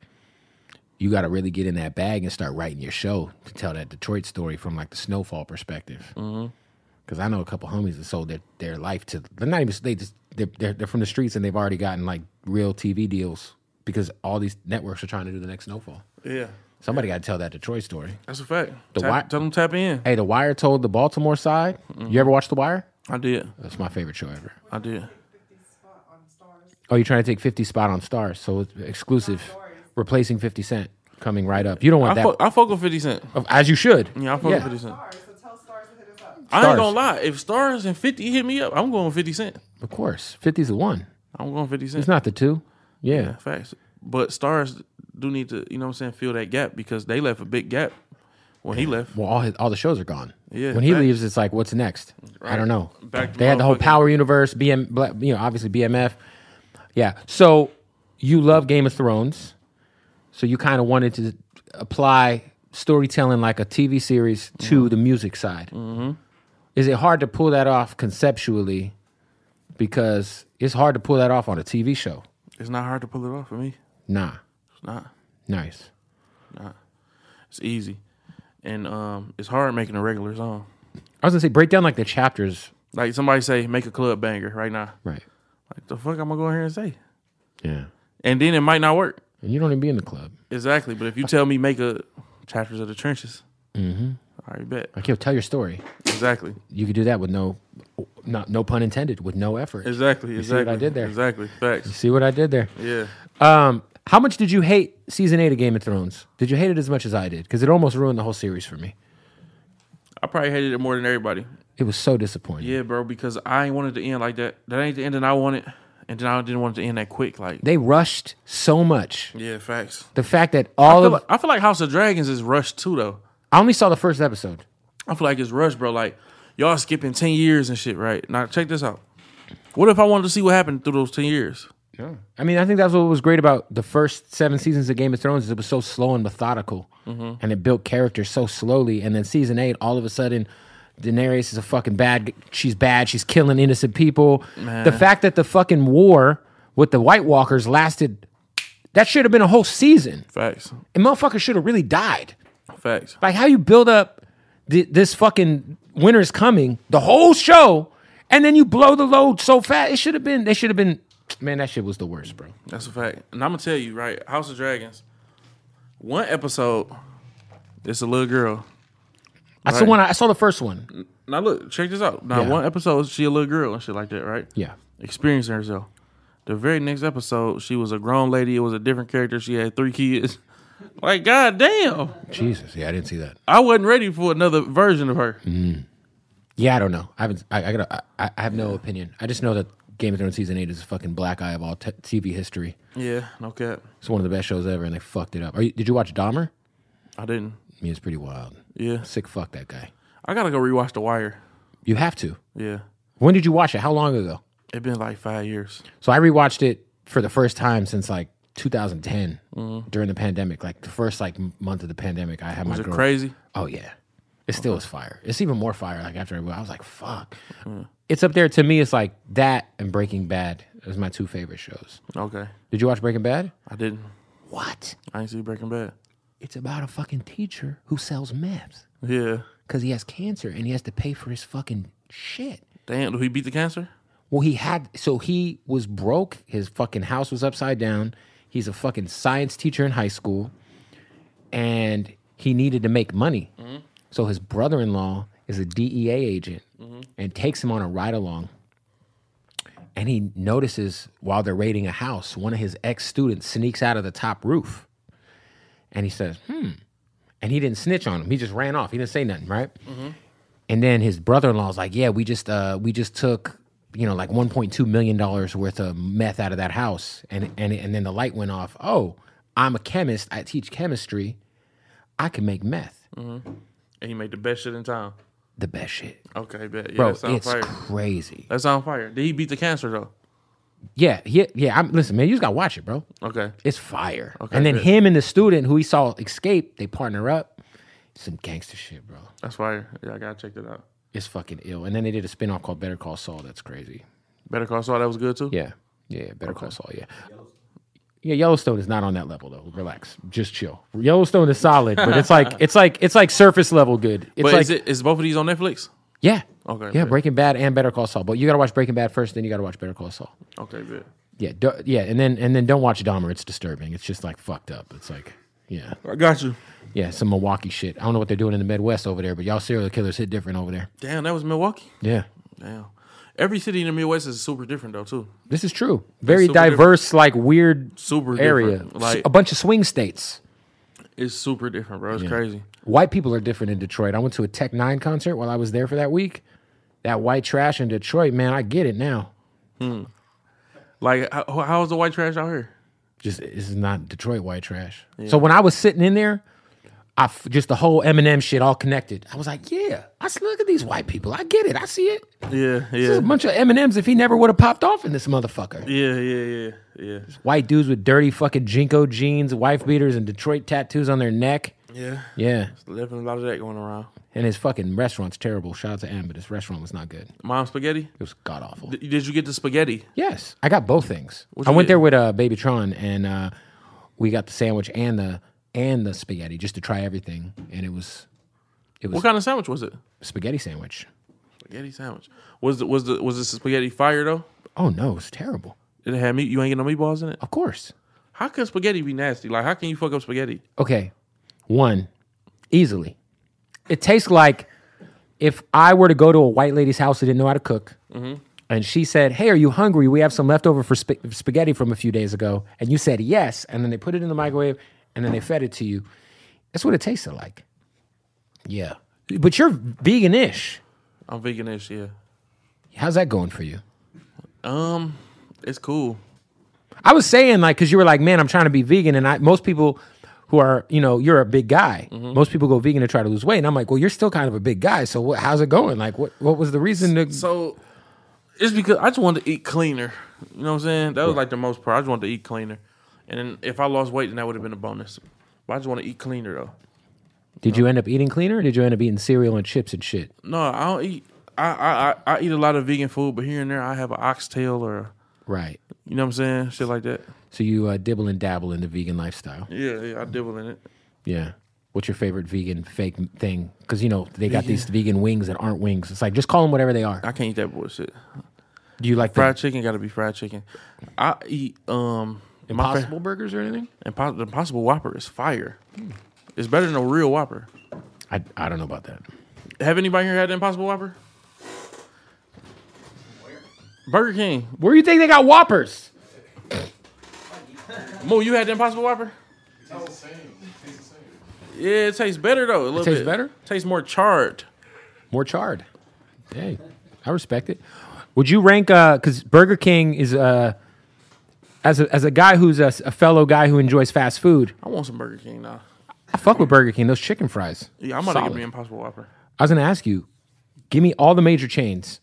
S4: you got to really get in that bag and start writing your show to tell that Detroit story from like the snowfall perspective. Because I know a couple homies that sold their, their life to they're not even they just they're, they're they're from the streets and they've already gotten like real TV deals because all these networks are trying to do the next snowfall.
S3: Yeah.
S4: Somebody got to tell that Detroit story.
S3: That's a fact.
S4: The
S3: tap,
S4: wi-
S3: tell them to tap in.
S4: Hey, The Wire told the Baltimore side. You ever watch The Wire?
S3: I did.
S4: That's my favorite show ever.
S3: I did.
S4: Oh, you're trying to take 50 spot on Stars, so it's exclusive, replacing 50 Cent coming right up. You don't want
S3: I
S4: that.
S3: fuck, I fuck with 50 Cent.
S4: Of- As you should.
S3: Yeah, I fuck with 50 Cent. I
S4: Stars.
S3: ain't gonna lie. If Stars and 50 hit me up, I'm going 50 Cent.
S4: Of course. 50's the one.
S3: I'm going 50 Cent.
S4: It's not the two. Yeah.
S3: Facts. But Stars do need to, you know what I'm saying, fill that gap because they left a big gap when he left.
S4: Well, all, his, all the shows are gone.
S3: Yeah,
S4: When he
S3: back-
S4: leaves, it's like, what's next? I don't know.
S3: Back to
S4: they had the whole
S3: motherfucking-
S4: Power Universe, BM, Black- you know, obviously BMF. Yeah. So you love Game of Thrones. So you kind of wanted to apply storytelling like a TV series to the music side. Mm-hmm. Is it hard to pull that off conceptually? Because it's hard to pull that off on a TV show.
S3: It's not hard to pull it off for me.
S4: Nah.
S3: It's not.
S4: Nice.
S3: It's easy. And um, it's hard making a regular song.
S4: I was gonna say break down like the chapters.
S3: Like somebody say, make a club banger right now.
S4: Right.
S3: Like the fuck I'm gonna go in here and say.
S4: Yeah.
S3: And then it might not work.
S4: And you don't even be in the club.
S3: Exactly. But if you tell me make a chapters of the trenches, mm-hmm. I already bet.
S4: Like, yo, tell your story.
S3: Exactly.
S4: You could do that with no, not no pun intended, with no effort.
S3: Exactly. Exactly.
S4: see what I did there?
S3: Exactly. Facts.
S4: See what I did there?
S3: Yeah.
S4: Um, how much did you hate season eight of Game of Thrones? Did you hate it as much as I did? Because it almost ruined the whole series for me.
S3: I probably hated it more than everybody.
S4: It was so disappointing.
S3: Yeah, bro, because I ain't wanted to end like that. That ain't the ending I wanted. and then I didn't want it to end that quick. Like,
S4: They rushed so much.
S3: yeah, facts.
S4: The fact that
S3: I
S4: all
S3: feel,
S4: of
S3: like, I feel like House of Dragons is rushed too, though.
S4: I only saw the first episode.
S3: I feel like it's rushed, bro. Like y'all skipping ten years and shit, right? Now check this out. What if I wanted to see what happened through those ten years?
S4: I mean, I think that's what was great about the first seven seasons of Game of Thrones. Is it was so slow and methodical, and it built character so slowly. And then season eight, all of a sudden, Daenerys is a fucking bad. She's bad. She's killing innocent people. The fact that the fucking war with the White Walkers lasted, that should have been a whole season,
S3: Facts,
S4: and motherfuckers should have really died.
S3: facts.
S4: Like how you build up th- this fucking winter's coming the whole show, and then you blow the load so fast. It should have been. They should have been. Man, that shit was the worst, bro.
S3: That's a fact. And I'm gonna tell you, right? House of Dragons. One episode, it's a little girl.
S4: That's the
S3: Right.
S4: one I, I saw the first one.
S3: Now look, check this out. Now
S4: Yeah.
S3: one episode, she a little girl and shit like that, right?
S4: Yeah.
S3: Experiencing herself. The very next episode, she was a grown lady. It was a different character. She had three kids. Like, goddamn,
S4: Jesus. Yeah, I didn't see that.
S3: I wasn't ready for another version of her.
S4: Mm-hmm. Yeah, I don't know. I haven't. I, I gotta. I, I have no opinion. I just know that Game of Thrones season eight is a fucking black eye of all t- TV history.
S3: Yeah, no cap.
S4: It's one of the best shows ever, and they fucked it up. Are you, did you watch Dahmer?
S3: I didn't.
S4: I mean, it's pretty wild.
S3: Yeah,
S4: Sick. Fuck that guy.
S3: I gotta go rewatch The Wire.
S4: You have to.
S3: Yeah,
S4: When did you watch it? How long ago?
S3: it been like five years.
S4: So I rewatched it for the first time since like 2010 during the pandemic. Like the first like m- month of the pandemic, I had my
S3: Is it
S4: girl.
S3: crazy?
S4: Oh yeah, it still is fire. It's even more fire. Like after I I was like, fuck. It's up there to me. It's like that and Breaking Bad is my two favorite shows.
S3: Okay,
S4: Did you watch Breaking Bad?
S3: I didn't.
S4: What?
S3: I ain't see Breaking Bad.
S4: It's about a fucking teacher who sells meth
S3: Yeah,
S4: because he has cancer and he has to pay for his fucking shit.
S3: damn. Do he beat the cancer?
S4: Well, he had so he was broke. His fucking house was upside down. He's a fucking science teacher in high school, and he needed to make money. So his brother-in-law is a DEA agent and takes him on a ride along. And he notices while they're raiding a house, one of his ex-students sneaks out of the top roof, and he says, "Hmm." And he didn't snitch on him. He just ran off. He didn't say nothing, right? And then his brother-in-law's like, "Yeah, we just uh we just took, you know, like 1.2 million dollars worth of meth out of that house." And and and then the light went off. "Oh, I'm a chemist. I teach chemistry. I can make meth."
S3: And he made the best shit in town.
S4: The best shit.
S3: Okay, bet. Yeah,
S4: Bro,
S3: that sounds
S4: it's
S3: fire.
S4: crazy.
S3: That sounds fire. Did he beat the cancer though?
S4: Yeah, yeah, yeah. I'm listen, man, you just got to watch it, bro.
S3: Okay.
S4: It's fire.
S3: Okay,
S4: and then
S3: good.
S4: him and the student who he saw escape, they partner up. Some gangster shit, bro.
S3: That's fire. Yeah, I gotta check that out.
S4: It's fucking ill. And then they did a spin-off called Better Call Saul. That's crazy.
S3: Better Call Saul, that was good too?
S4: Yeah. Yeah. Better Call Saul. Yeah. Yeah. Yellowstone is not on that level though. Relax. Just chill. Yellowstone is solid, but it's like it's like it's like surface level good. It's
S3: But
S4: like
S3: is it is both of these on Netflix?
S4: yeah.
S3: Okay,
S4: Yeah.
S3: bet.
S4: Breaking Bad and Better Call Saul, but you gotta watch Breaking Bad first, then you gotta watch Better Call Saul.
S3: Okay, bet.
S4: Yeah. do- yeah. And then and then don't watch Dahmer. It's disturbing. It's just like fucked up. It's like yeah.
S3: I got you.
S4: Yeah. Some Milwaukee shit. I don't know what they're doing in the Midwest over there, but y'all serial killers hit different over there.
S3: Damn, that was Milwaukee.
S4: Yeah.
S3: Damn. Every city in the Midwest is super different though too.
S4: This is true. Very
S3: super different.
S4: diverse, like weird
S3: Super
S4: area.
S3: different. Like-
S4: a bunch of swing states.
S3: It's super different, bro. It's crazy.
S4: White people are different in Detroit. I went to a Tech Nine concert while I was there for that week. That white trash in Detroit, man, I get it now.
S3: Like how, how's the white trash out here?
S4: Just this is not Detroit white trash. So when I was sitting in there, I f- just the whole Eminem shit all connected. I was like, yeah, I s- look at these white people. I get it. I see it.
S3: Yeah,
S4: This is a
S3: yeah.
S4: bunch of Eminems if he never would have popped off in this motherfucker.
S3: Yeah, yeah, yeah, yeah.
S4: White dudes with dirty fucking Jinko jeans, wife beaters, and Detroit tattoos on their neck.
S3: Yeah.
S4: Yeah.
S3: Definitely a lot of that going around.
S4: And his fucking restaurant's terrible. Shout out to Am, but his restaurant was not good.
S3: Mom spaghetti?
S4: It was god awful.
S3: D- did you get the spaghetti?
S4: Yes, I got both things.
S3: What'd
S4: I
S3: you
S4: went
S3: get?
S4: there with uh, Baby Tron, and uh, we got the sandwich and the and the spaghetti just to try everything, and it was it was
S3: What kind of sandwich was it?
S4: spaghetti sandwich.
S3: Spaghetti sandwich. Was the was the was this spaghetti fire though?
S4: Oh no, it's terrible.
S3: It had meat. You ain't get no meatballs in it.
S4: Of course.
S3: How can spaghetti be nasty? Like how can you fuck up spaghetti?
S4: Okay, one easily. It tastes like if I were to go to a white lady's house who didn't know how to cook, and she said, "Hey, are you hungry? We have some leftover for sp- spaghetti from a few days ago," and you said yes, and then they put it in the microwave, and then they fed it to you. That's what it tasted like. Yeah, but you're vegan-ish.
S3: I'm veganish. Yeah.
S4: How's that going for you?
S3: Um, It's cool.
S4: I was saying like because you were like, man, I'm trying to be vegan, and I most people who are you know you're a big guy. Most people go vegan to try to lose weight, and I'm like, well, you're still kind of a big guy, so what, how's it going? Like, what what was the reason to?
S3: So it's because I just wanted to eat cleaner. You know what I'm saying? That was like the most part. I just wanted to eat cleaner. And then if I lost weight, then that would have been a bonus. But I just want to eat cleaner though.
S4: did you end up eating cleaner? or Did you end up eating cereal and chips and shit?
S3: No, I don't eat. I, I I I eat a lot of vegan food, but here and there I have an oxtail or
S4: Right.
S3: you know what I'm saying, shit like that.
S4: So you uh, dibble and dabble in the vegan lifestyle.
S3: Yeah, yeah I dibble in it.
S4: Yeah. What's your favorite vegan fake thing? Because you know they got these vegan Uh, wings that aren't wings. It's like just call them whatever they are.
S3: I can't eat that bullshit.
S4: Do you like the
S3: Fried chicken got to be fried chicken. I eat um my fa-
S4: Impossible burgers or anything?
S3: Impo- the Impossible Whopper is fire. It's better than a real Whopper.
S4: I, I don't know about that.
S3: Have anybody here had the Impossible Whopper? Burger King.
S4: Where do you think they got Whoppers?
S3: Mo, you had the Impossible Whopper? Yeah, it tastes better though. A little
S4: tastes
S3: bit.
S4: better?
S3: Tastes more charred.
S4: More charred. Hey, I respect it. Would you rank? Because Burger King is uh, as a, as a guy who's a, s- a fellow guy who enjoys fast food.
S3: I want some Burger King now.
S4: I fuck with Burger King. Those chicken fries.
S3: Yeah, I'm about to
S4: solid.
S3: give me an Impossible Whopper.
S4: I was gonna ask you, give me all the major chains.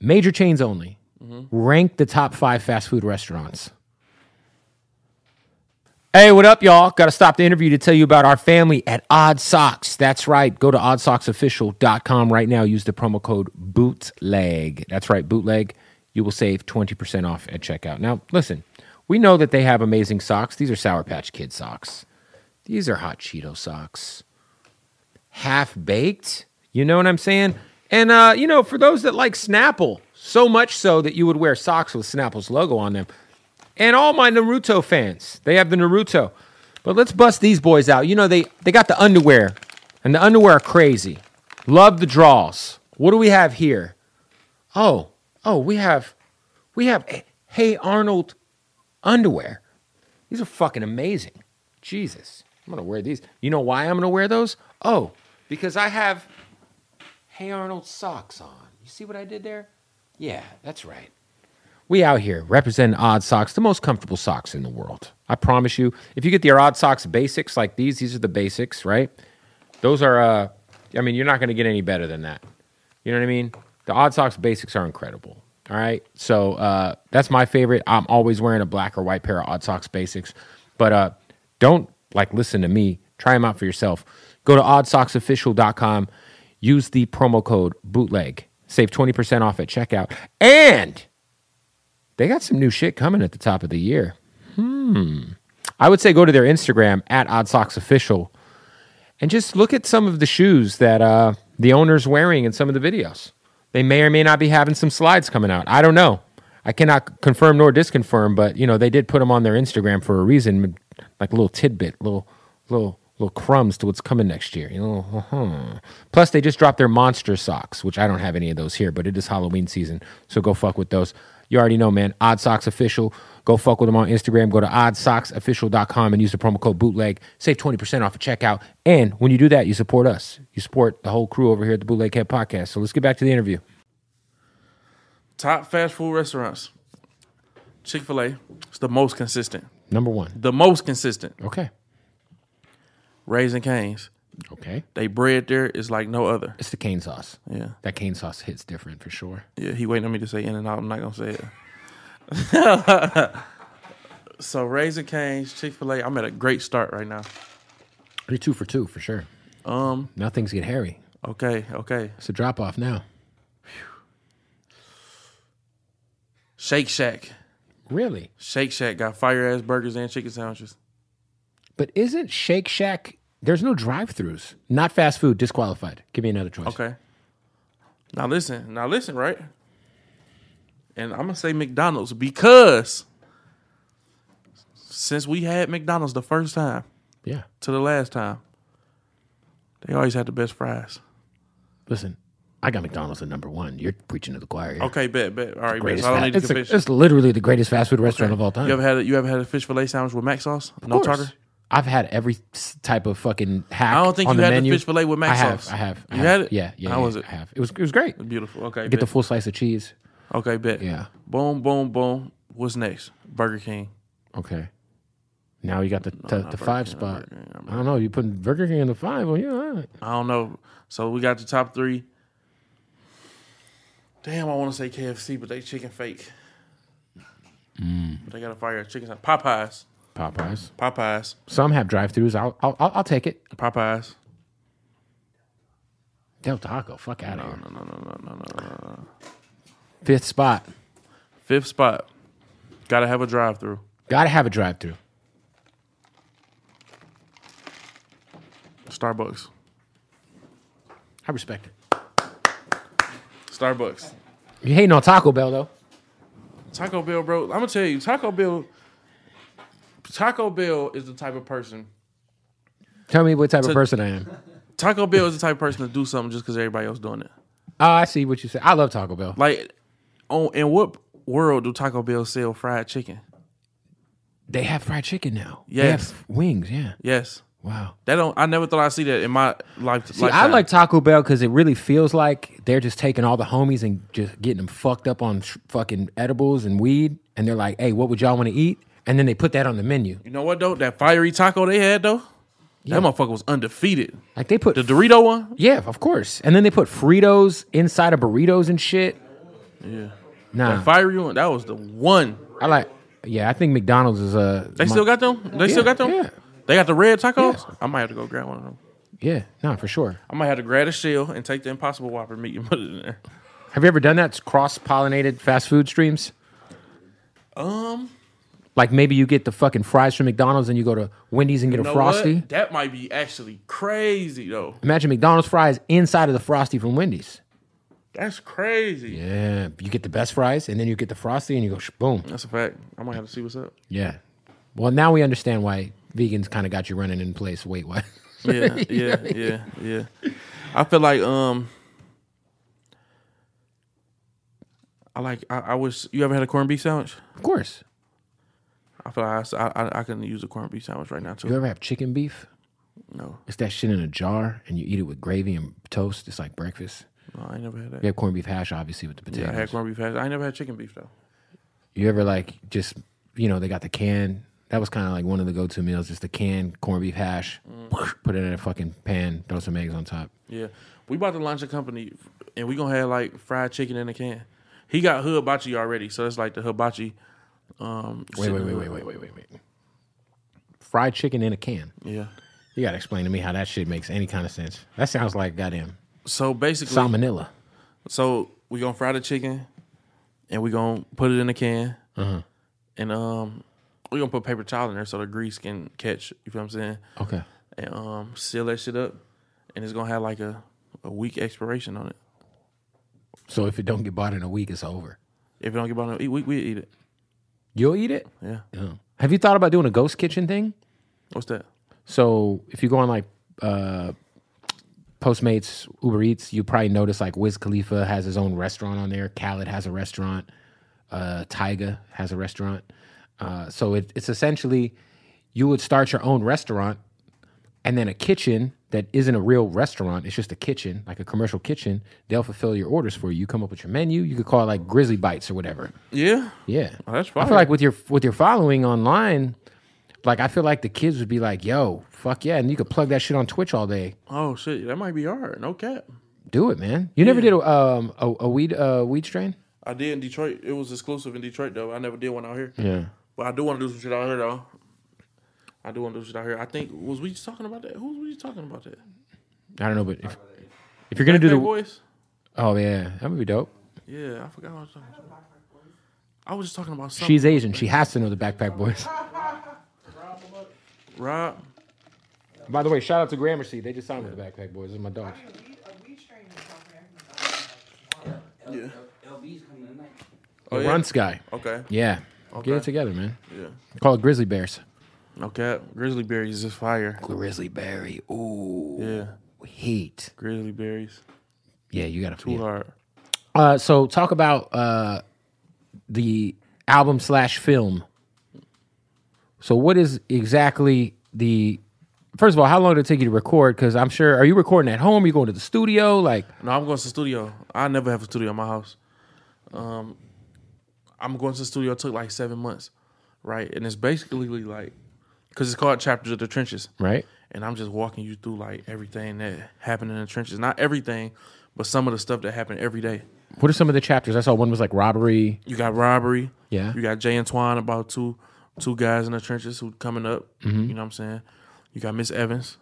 S4: Major chains only. Rank the top five fast food restaurants. Hey, what up, y'all? Got to stop the interview to tell you about our family at Odd Socks. That's right. Go to oddsocksofficial.com right now. Use the promo code bootleg. That's right, bootleg. You will save 20% off at checkout. Now, listen, we know that they have amazing socks. These are Sour Patch Kid socks, these are Hot Cheeto socks half baked. You know what I'm saying? And uh, you know, for those that like Snapple, so much so that you would wear socks with Snapple's logo on them. And all my Naruto fans, they have the Naruto. But let's bust these boys out. You know, they they got the underwear, and the underwear are crazy. Love the draws. What do we have here? Oh, oh, we have we have Hey Arnold underwear. These are fucking amazing. Jesus. I'm going to wear these. You know why I'm going to wear those? Oh, because I have Hey Arnold socks on. You see what I did there? Yeah, that's right. We out here representing Odd Socks, the most comfortable socks in the world. I promise you. If you get your Odd Socks basics like these, these are the basics, right? Those are, uh, I mean, you're not going to get any better than that. You know what I mean? The Odd Socks basics are incredible. All right. So uh, that's my favorite. I'm always wearing a black or white pair of Odd Socks basics. But uh, don't like listen to me. Try them out for yourself. Go to oddsocksofficial.com. Use the promo code bootleg. Save 20% off at checkout. And they got some new shit coming at the top of the year. Hmm. I would say go to their Instagram at Odd Socks Official and just look at some of the shoes that uh, the owner's wearing in some of the videos. They may or may not be having some slides coming out. I don't know. I cannot confirm nor disconfirm, but you know they did put them on their Instagram for a reason, like a little tidbit, little little little crumbs to what's coming next year. You know. uh-huh. Plus, they just dropped their monster socks, which I don't have any of those here, but it is Halloween season, so go fuck with those. You already know, man. Odd Socks Official. Go fuck with them on Instagram. Go to oddsocksofficial.com and use the promo code bootleg. Save 20% off at checkout. And when you do that, you support us. You support the whole crew over here at the Bootleg Head Podcast. So let's get back to the interview.
S3: Top fast food restaurants. Chick fil A. It's the most consistent.
S4: Number one.
S3: The most consistent.
S4: Okay.
S3: Raising Cane's.
S4: Okay.
S3: They bread there is like no other.
S4: It's the cane sauce.
S3: Yeah.
S4: That cane sauce hits different for sure.
S3: Yeah, he waiting on me to say in and out. I'm not gonna say it. so Raising Cane's, Chick Fil A. I'm at a great start right now.
S4: You're two for two for sure. Um. Now things get hairy.
S3: Okay, okay.
S4: It's a drop off now.
S3: Shake Shack.
S4: Really?
S3: Shake Shack got fire ass burgers and chicken sandwiches.
S4: But isn't Shake Shack, there's no drive throughs. Not fast food, disqualified. Give me another choice.
S3: Okay. Now listen, now listen, right? And I'm gonna say McDonald's because since we had McDonald's the first time
S4: Yeah.
S3: to the last time, they always had the best fries.
S4: Listen, I got McDonald's at number one. You're preaching to the choir. here.
S3: Okay, bet, bet. All right, bet.
S4: Greatest
S3: So I don't
S4: fa-
S3: need to
S4: it's, a-
S3: convince you.
S4: it's literally the greatest fast food restaurant of all time.
S3: You ever had a, you ever had a fish fillet sandwich with mac sauce? No
S4: Of course.
S3: tartar.
S4: I've had every s- type of fucking hack.
S3: I don't think you
S4: on the
S3: had the
S4: menu.
S3: fish fillet with mac
S4: I have,
S3: sauce.
S4: I have. I
S3: You
S4: have.
S3: had it?
S4: Yeah, yeah.
S3: How
S4: yeah,
S3: was it?
S4: I have. It was. It was great.
S3: Beautiful. Okay.
S4: Get the
S3: bet.
S4: full slice of cheese.
S3: Okay, bet.
S4: Yeah.
S3: Boom, boom, boom. What's next? Burger King.
S4: Okay. Now you got the the- the
S3: Burger
S4: five
S3: King, not
S4: spot.
S3: Burger King,
S4: I don't know. You putting Burger King in the five? Well, yeah. all right.
S3: I don't know. So we got the top three. Damn, I want to say KFC, but they chicken fake.
S4: Mm.
S3: But they got to fire chicken. sandwich. Popeyes.
S4: Popeyes.
S3: Popeyes.
S4: Some have drive-throughs. I'll I'll, I'll, I'll take it.
S3: Popeyes.
S4: Del Taco. Fuck out of here.
S3: No, no, no, no, no, no, no. no.
S4: Fifth spot.
S3: Fifth spot. Got to have a drive through.
S4: Got to have a drive-through.
S3: Starbucks.
S4: I respect it.
S3: Starbucks.
S4: You hating on Taco Bell though?
S3: Taco Bell, bro. I'm gonna tell you, Taco Bell. Taco Bell is the type of person.
S4: Tell me what type
S3: To-
S4: of person I am.
S3: Taco Bell is the type of person to do something just because everybody else doing it.
S4: Oh, I see what you said. I love Taco Bell.
S3: Like, on in what world do Taco Bell sell fried chicken?
S4: They have fried chicken now.
S3: Yes.
S4: They have wings. Yeah.
S3: Yes,
S4: Wow.
S3: that don't. I never thought I'd see that in my life.
S4: See, I like Taco Bell because it really feels like they're just taking all the homies and just getting them fucked up on tr- fucking edibles and weed, and they're like, "Hey, what would y'all want to eat?" And then they put that on the menu.
S3: You know what though? That fiery taco they had though, that motherfucker was undefeated.
S4: Like they put,
S3: The Dorito one.
S4: yeah, of course. And then they put Fritos inside of burritos and shit.
S3: Yeah.
S4: Nah,
S3: That fiery one. That was the one.
S4: I like. Yeah, I think McDonald's is uh, a.
S3: They still got them. They still
S4: Yeah,
S3: got them.
S4: yeah.
S3: They got the red tacos. I might have to go grab one of them.
S4: Yeah, nah, for sure.
S3: I might have to grab a shell and take the Impossible Whopper meat and put it in there.
S4: Have you ever done that cross pollinated fast food streams? Um, like maybe you get the fucking fries from McDonald's and you go to Wendy's and get
S3: You know
S4: a frosty.
S3: what? That might be actually crazy though.
S4: Imagine McDonald's fries inside of the frosty from Wendy's.
S3: That's crazy.
S4: Yeah, you get the best fries and then you get the frosty and you go sh- boom.
S3: That's a fact. I might have to see what's up.
S4: Yeah. Well, now we understand why vegans kind of got you running in place. Wait, what?
S3: Yeah, yeah, yeah, yeah. I feel like um I like I, I wish you ever had a corned beef sandwich?
S4: of course.
S3: I feel like I, I, I can use a corned beef sandwich right now too.
S4: You ever have chicken beef?
S3: No,
S4: It's that shit in a jar and you eat it with gravy and toast. It's like breakfast.
S3: no, I ain't never had that.
S4: You have corned beef hash, obviously, with the potatoes.
S3: I had corned beef. hash. I ain't never had chicken beef though.
S4: You ever like just you know they got the can? That was kind of like one of the go-to meals, just the canned corned beef hash. Put it in a fucking pan, throw some eggs on top.
S3: Yeah, we about to launch a company, and we gonna have like fried chicken in a can. He got hibachi already, so it's like the hibachi. Um,
S4: Wait, wait, wait, wait, wait, wait, wait, wait. Fried chicken in a can.
S3: Yeah.
S4: You gotta explain to me how that shit makes any kind of sense. That sounds like goddamn
S3: So basically,
S4: salmonella.
S3: so we gonna fry the chicken, and we gonna put it in a can, and um, we gonna put paper towel in there so the grease can catch. You feel what I'm saying?
S4: Okay.
S3: And um, seal that shit up, and it's gonna have like a a week expiration on it.
S4: So if it don't get bought in a week, it's over.
S3: If it don't get bought in a week, we eat it.
S4: You'll eat it.
S3: Yeah.
S4: Oh. Have you thought about doing a ghost kitchen thing?
S3: What's that?
S4: So if you go on like uh, Postmates, Uber Eats, you probably notice like Wiz Khalifa has his own restaurant on there. Khaled has a restaurant. Uh, Tyga has a restaurant. Uh, so it, it's essentially you would start your own restaurant and then a kitchen that isn't a real restaurant. It's just a kitchen, like a commercial kitchen. They'll fulfill your orders for you. You come up with your menu. You could call it like Grizzly Bites or whatever.
S3: Yeah.
S4: Yeah,
S3: Oh, that's
S4: I
S3: fire.
S4: feel like with your with your following online, like I feel like the kids would be like, "Yo, fuck yeah!" And you could plug that shit on Twitch all day.
S3: Oh shit, that might be hard. No cap.
S4: Do it, man. You never did a um a, a weed uh weed strain.
S3: I did in Detroit. It was exclusive in Detroit though. I never did one out here. But I do want to do some shit out here though. I do want to do shit out here. I think was we just talking about that? Who was we just talking about that?
S4: I don't know, but if if you're gonna do
S3: Black
S4: the
S3: boys.
S4: oh yeah, that would be dope.
S3: Yeah, I forgot what I was talking about. I was just talking about something.
S4: She's Asian. She has to know the Backpack Boys.
S3: Rob.
S4: By the way, shout out to Gramercy. They just signed with the Backpack Boys. Those are my dogs.
S3: Yeah.
S4: The
S3: Oh, yeah?
S4: Runts guy.
S3: Okay.
S4: Yeah. Get
S3: Okay.
S4: it together, man.
S3: Yeah.
S4: Call it Grizzly Bears.
S3: No cap. Grizzly berries is fire.
S4: Grizzly Berry. Ooh.
S3: Yeah.
S4: Heat.
S3: Grizzly berries.
S4: Yeah, you gotta
S3: Too hard.
S4: Uh, so talk about uh, the album slash film. So what is exactly the first of all? How long did it take you to record? Because I'm sure are you recording at home? Are you going to the studio? Like
S3: No, I'm going to the studio. I never have a studio in my house. Um, I'm going to the studio. It took like seven months, right? And it's basically like, because it's called Chapters of the Trenches,
S4: right?
S3: and I'm just walking you through like everything that happened in the trenches. Not everything, but some of the stuff that happened every day.
S4: What are some of the chapters? I saw one was like robbery.
S3: You got robbery.
S4: Yeah.
S3: You got Jay and Twine about two two guys in the trenches who coming up. You know what I'm saying? You got Miss Evans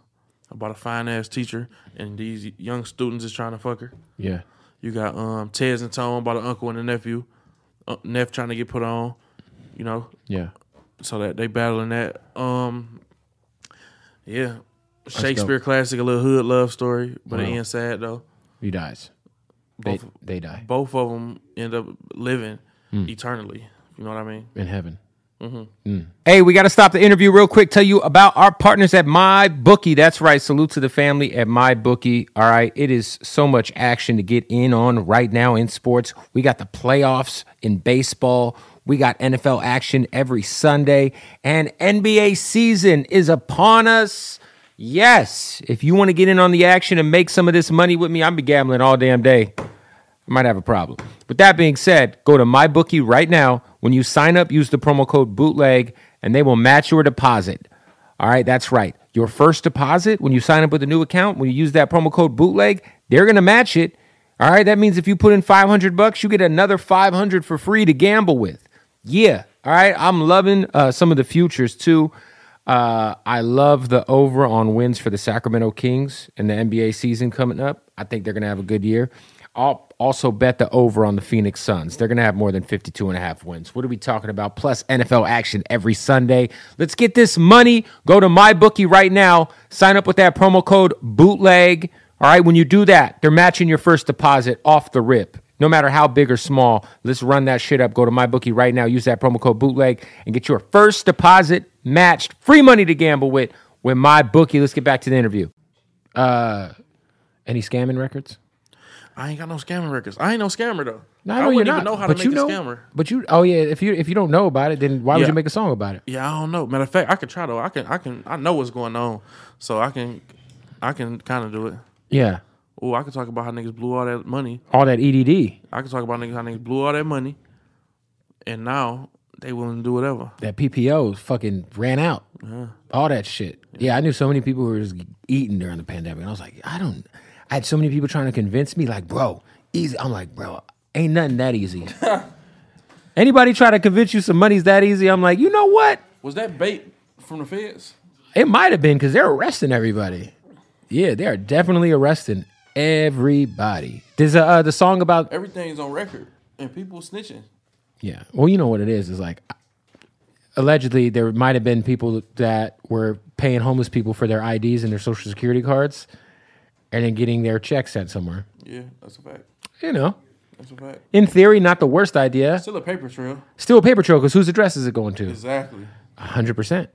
S3: about a fine ass teacher and these young students is trying to fuck her.
S4: Yeah.
S3: You got um Tez and Tone about an uncle and a nephew. Uh, Neff trying to get put on. You know,
S4: Yeah.
S3: so that they battling that. Um, yeah, Shakespeare classic, a little hood love story, but it
S4: Wow.
S3: ends sad though.
S4: He dies. They,
S3: Both-
S4: they die
S3: Both of them end up living
S4: Hmm.
S3: eternally. You know what I mean?
S4: in heaven.
S5: Mm-hmm. Hey, we got to stop the interview real quick. Tell you about our partners at MyBookie. That's right. Salute to the family at MyBookie. All right. It is so much action to get in on right now in sports. We got the playoffs in baseball, we got NFL action every Sunday, and NBA season is upon us. Yes. If you want to get in on the action and make some of this money with me, I've been gambling all damn day. I might have a problem. With that being said, go to MyBookie right now. When you sign up, use the promo code bootleg and they will match your deposit. All right, that's right. Your first deposit, when you sign up with a new account, when you use that promo code bootleg, they're going to match it. All right, that means if you put in 500 bucks, you get another 500 for free to gamble with. Yeah. All right, I'm loving uh, some of the futures too. Uh, I love the over on wins for the Sacramento Kings in the NBA season coming up. I think they're going to have a good year. I'll also bet the over on the Phoenix Suns. They're going to have more than 52 and a half wins. What are we talking about? Plus NFL action every Sunday. Let's get this money. Go to MyBookie right now. Sign up with that promo code bootleg. All right, when you do that, they're matching your first deposit off the rip. No matter how big or small, let's run that shit up. Go to MyBookie right now. Use that promo code bootleg and get your first deposit matched. Free money to gamble with with MyBookie. Let's get back to the interview. Uh, Any scamming records?
S3: I ain't got no scamming records. I ain't no scammer though.
S4: No,
S3: I
S4: I know
S3: wouldn't
S4: you're
S3: even
S4: not.
S3: know how
S4: but
S3: to
S4: you
S3: make
S4: know,
S3: a scammer.
S4: But you, oh yeah, if you if you don't know about it, then why would
S3: Yeah.
S4: you make a song about it?
S3: Yeah, I don't know. Matter of fact, I can try though. I can, I can, I know what's going on, so I can, I can kind of do it.
S4: Yeah,
S3: Oh, I can talk about how niggas blew all that money.
S4: all that E EDD
S3: I can talk about niggas how niggas blew all that money, and now they willing to do whatever.
S4: that PPO fucking ran out. All that shit. Yeah, I knew so many people who were just eating during the pandemic, and I was like, I don't. I had so many people trying to convince me, like, bro, easy. I'm like, bro, ain't nothing that easy. Anybody try to convince you some money's that easy? I'm like, you know what?
S3: Was that bait from the feds?
S4: It might have been because they're arresting everybody. Yeah, they are definitely arresting everybody.
S5: There's a, uh, the song about
S3: Everything's on record, and people snitching.
S4: Yeah. Well, you know what it is is like allegedly there might have been people that were paying homeless people for their IDs and their social security cards and then getting their checks sent somewhere.
S3: Yeah, that's a fact.
S4: You know,
S3: That's a fact.
S4: in theory, not the worst idea.
S3: Still a paper trail.
S4: Still a paper trail because whose address is it going to?
S3: Exactly.
S4: 100%.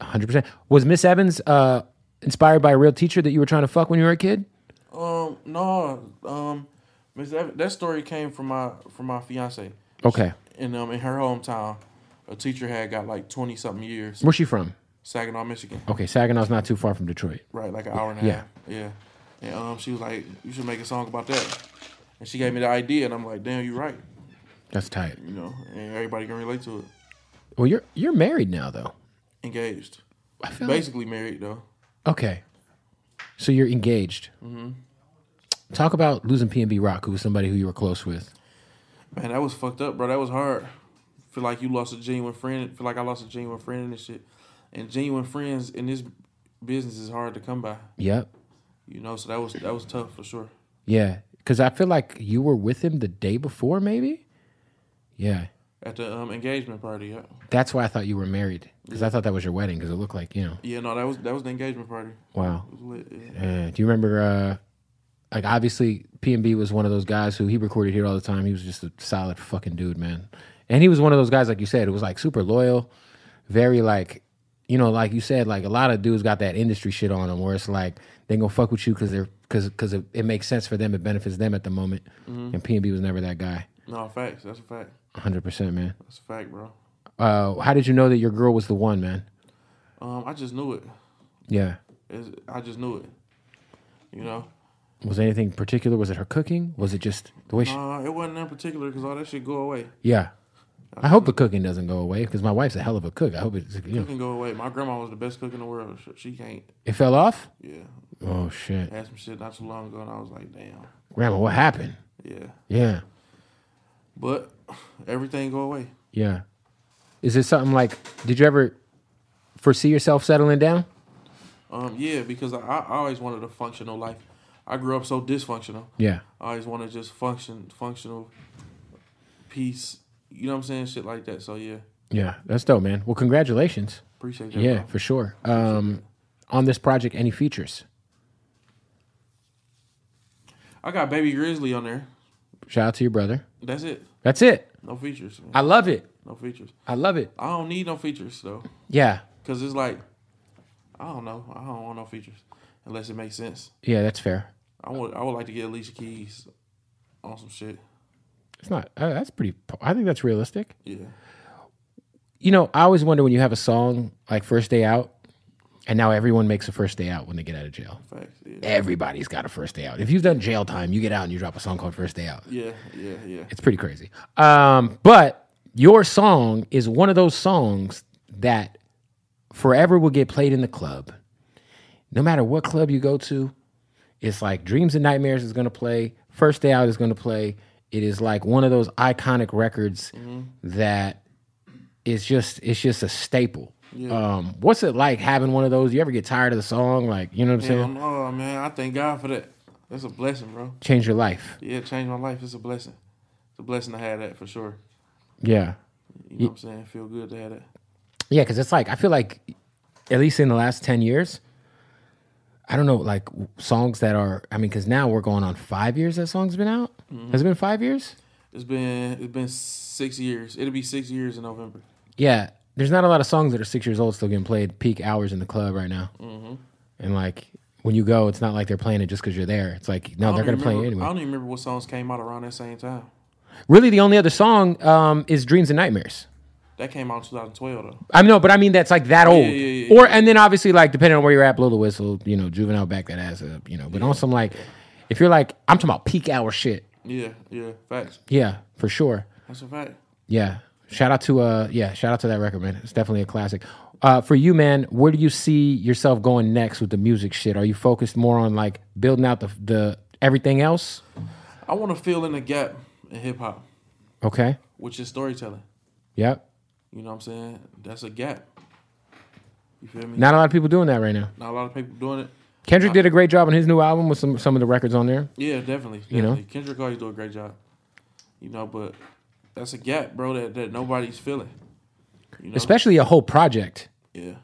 S4: 100%. Was Miss Evans uh, inspired by a real teacher that you were trying to fuck when you were a kid?
S3: Um, no, um, Miss Ev- that story came from my from my fiance,
S4: Okay.
S3: and um, in her hometown, a teacher had got like twenty something years,
S4: Where's she from?
S3: Saginaw, Michigan.
S4: Okay, Saginaw's not too far from Detroit.
S3: Right, like an hour and a
S4: Yeah.
S3: half. Yeah. And um, she was like, "You should make a song about that." And she gave me the idea, and I'm like, "Damn, you right."
S4: That's tight.
S3: You know, and everybody can relate to it.
S4: Well, you're you're married now though.
S3: Engaged,
S4: I feel like-
S3: basically married though.
S4: Okay. So you're engaged. Talk about losing P and B Rock, who was somebody who you were close with.
S3: Man, that was fucked up, bro. That was hard. Feel like you lost a genuine friend. Feel like I lost a genuine friend and this shit. And genuine friends in this business is hard to come by.
S4: Yep.
S3: You know, so that was that was tough for sure.
S4: Yeah. Because I feel like you were with him the day before, maybe. Yeah.
S3: At the um, engagement party, yeah.
S4: That's why I thought you were married. Because I thought that was your wedding. Because it looked like you know.
S3: Yeah, no, that was that was the engagement party.
S4: Wow.
S3: It was lit, yeah.
S4: Uh, do you remember? Uh, like obviously, P and B was one of those guys who he recorded here all the time. He was just a solid fucking dude, man. And he was one of those guys, like you said, who was like super loyal, very like, you know, like you said, like a lot of dudes got that industry shit on them, where it's like they gonna fuck with you because they're because because it, it makes sense for them, it benefits them at the moment. And P and B was never that guy,
S3: No, facts. That's a fact.
S4: hundred percent, man.
S3: That's a fact, bro.
S4: Uh, how did you know that your girl was the one, man?
S3: Um, I just knew it.
S4: Yeah,
S3: It's, I just knew it. You know,
S4: Was there anything particular? Was it her cooking? Was it just the way she?
S3: Uh, it wasn't in particular because all that shit go away.
S4: Yeah. I hope the cooking doesn't go away because my wife's a hell of a cook. I hope it's you
S3: It
S4: know,
S3: can go away. My grandma was the best cook in the world. She- She can't.
S4: it fell off.
S3: Yeah.
S4: Oh shit,
S3: Had some shit not too long ago, and I was like, damn.
S4: Grandma, what happened?
S3: Yeah.
S4: Yeah,
S3: But everything go away.
S4: yeah. Is it something like? Did you ever foresee yourself settling down?
S3: Um, yeah, because I, I always wanted a functional life. I grew up so dysfunctional.
S4: Yeah,
S3: I always wanted just function, functional peace. You know what I'm saying? Shit like that. So yeah,
S4: yeah. That's dope, man. Well, congratulations.
S3: appreciate that.
S4: Yeah,
S3: bro.
S4: for sure. Um, on this project, any features?
S3: I got Baby Grizzly on there.
S4: Shout out to your brother.
S3: That's it.
S4: That's it.
S3: No features. man.
S4: I love it.
S3: No features.
S4: I love it.
S3: I don't need no features though,
S4: Yeah,
S3: cause it's like, I don't know. I don't want no features unless it makes sense.
S4: yeah. That's fair.
S3: I would. I would like to get Alicia Keys on some shit.
S4: It's not. Uh, that's pretty. I think that's realistic.
S3: Yeah.
S4: you know, I always wonder when you have a song like First Day Out, and now everyone makes a first day out when they get out of jail.
S3: Facts. Yeah.
S4: Everybody's got a first day out. If you've done jail time, you get out and you drop a song called First Day Out.
S3: Yeah. Yeah. Yeah.
S4: It's pretty crazy. Um, but your song is one of those songs that forever will get played in the club. No matter what club you go to, it's like Dreams and Nightmares is going to play, First Day Out is going to play. It is like one of those iconic records that is just it's just a staple. Um, what's it like having one of those? You ever get tired of the song? Like, you know what I'm
S3: Hell
S4: saying?
S3: no, man. I thank God for that. That's a blessing, bro.
S4: Change your life.
S3: Yeah, it changed my life. It's a blessing. It's a blessing to have that for sure.
S4: Yeah.
S3: You know what I'm saying? Feel good to have that.
S4: Yeah, because it's like I feel like, at least in the last ten years, I don't know, like w- songs that are. I mean, because now we're going on five years that song's been out.
S3: Mm-hmm.
S4: Has it been five years?
S3: It's been it's been six years. It'll be six years in November.
S4: Yeah, there's not a lot of songs that are six years old still getting played peak hours in the club right now.
S3: Mm-hmm.
S4: And like when you go, it's not like they're playing it just because you're there. It's like no,
S3: I
S4: they're
S3: don't
S4: gonna
S3: even
S4: play it
S3: remember- I
S4: anyway.
S3: don't even remember what songs came out around that same time.
S4: Really, the only other song um, is "Dreams and Nightmares."
S3: That came out in 2012 though.
S4: I know, but I mean that's like that old.
S3: yeah, yeah, yeah.
S4: Or and then obviously like depending on where you're at, blow the whistle, you know, juvenile back that ass up, you know. But on some like, if you're like, I'm talking about peak hour shit.
S3: Yeah, yeah, facts.
S4: Yeah, for sure.
S3: That's a fact.
S4: Yeah. Shout out to uh yeah, shout out to that record, man. It's definitely a classic. Uh, for you, man, where do you see yourself going next with the music shit? Are you focused more on like building out the the everything else?
S3: I want to fill in the gap in hip hop,
S4: Okay.
S3: which is storytelling.
S4: Yep.
S3: You know what I'm saying? That's a gap. You feel me?
S4: Not a lot of people doing that right now.
S3: Not a lot of people doing it.
S4: Kendrick did a great job on his new album with some some of the records on there.
S3: Yeah, definitely. definitely.
S4: You know?
S3: Kendrick always do a great job. You know, but that's a gap, bro, that, that nobody's feeling. You know?
S4: Especially a whole project.
S3: Yeah.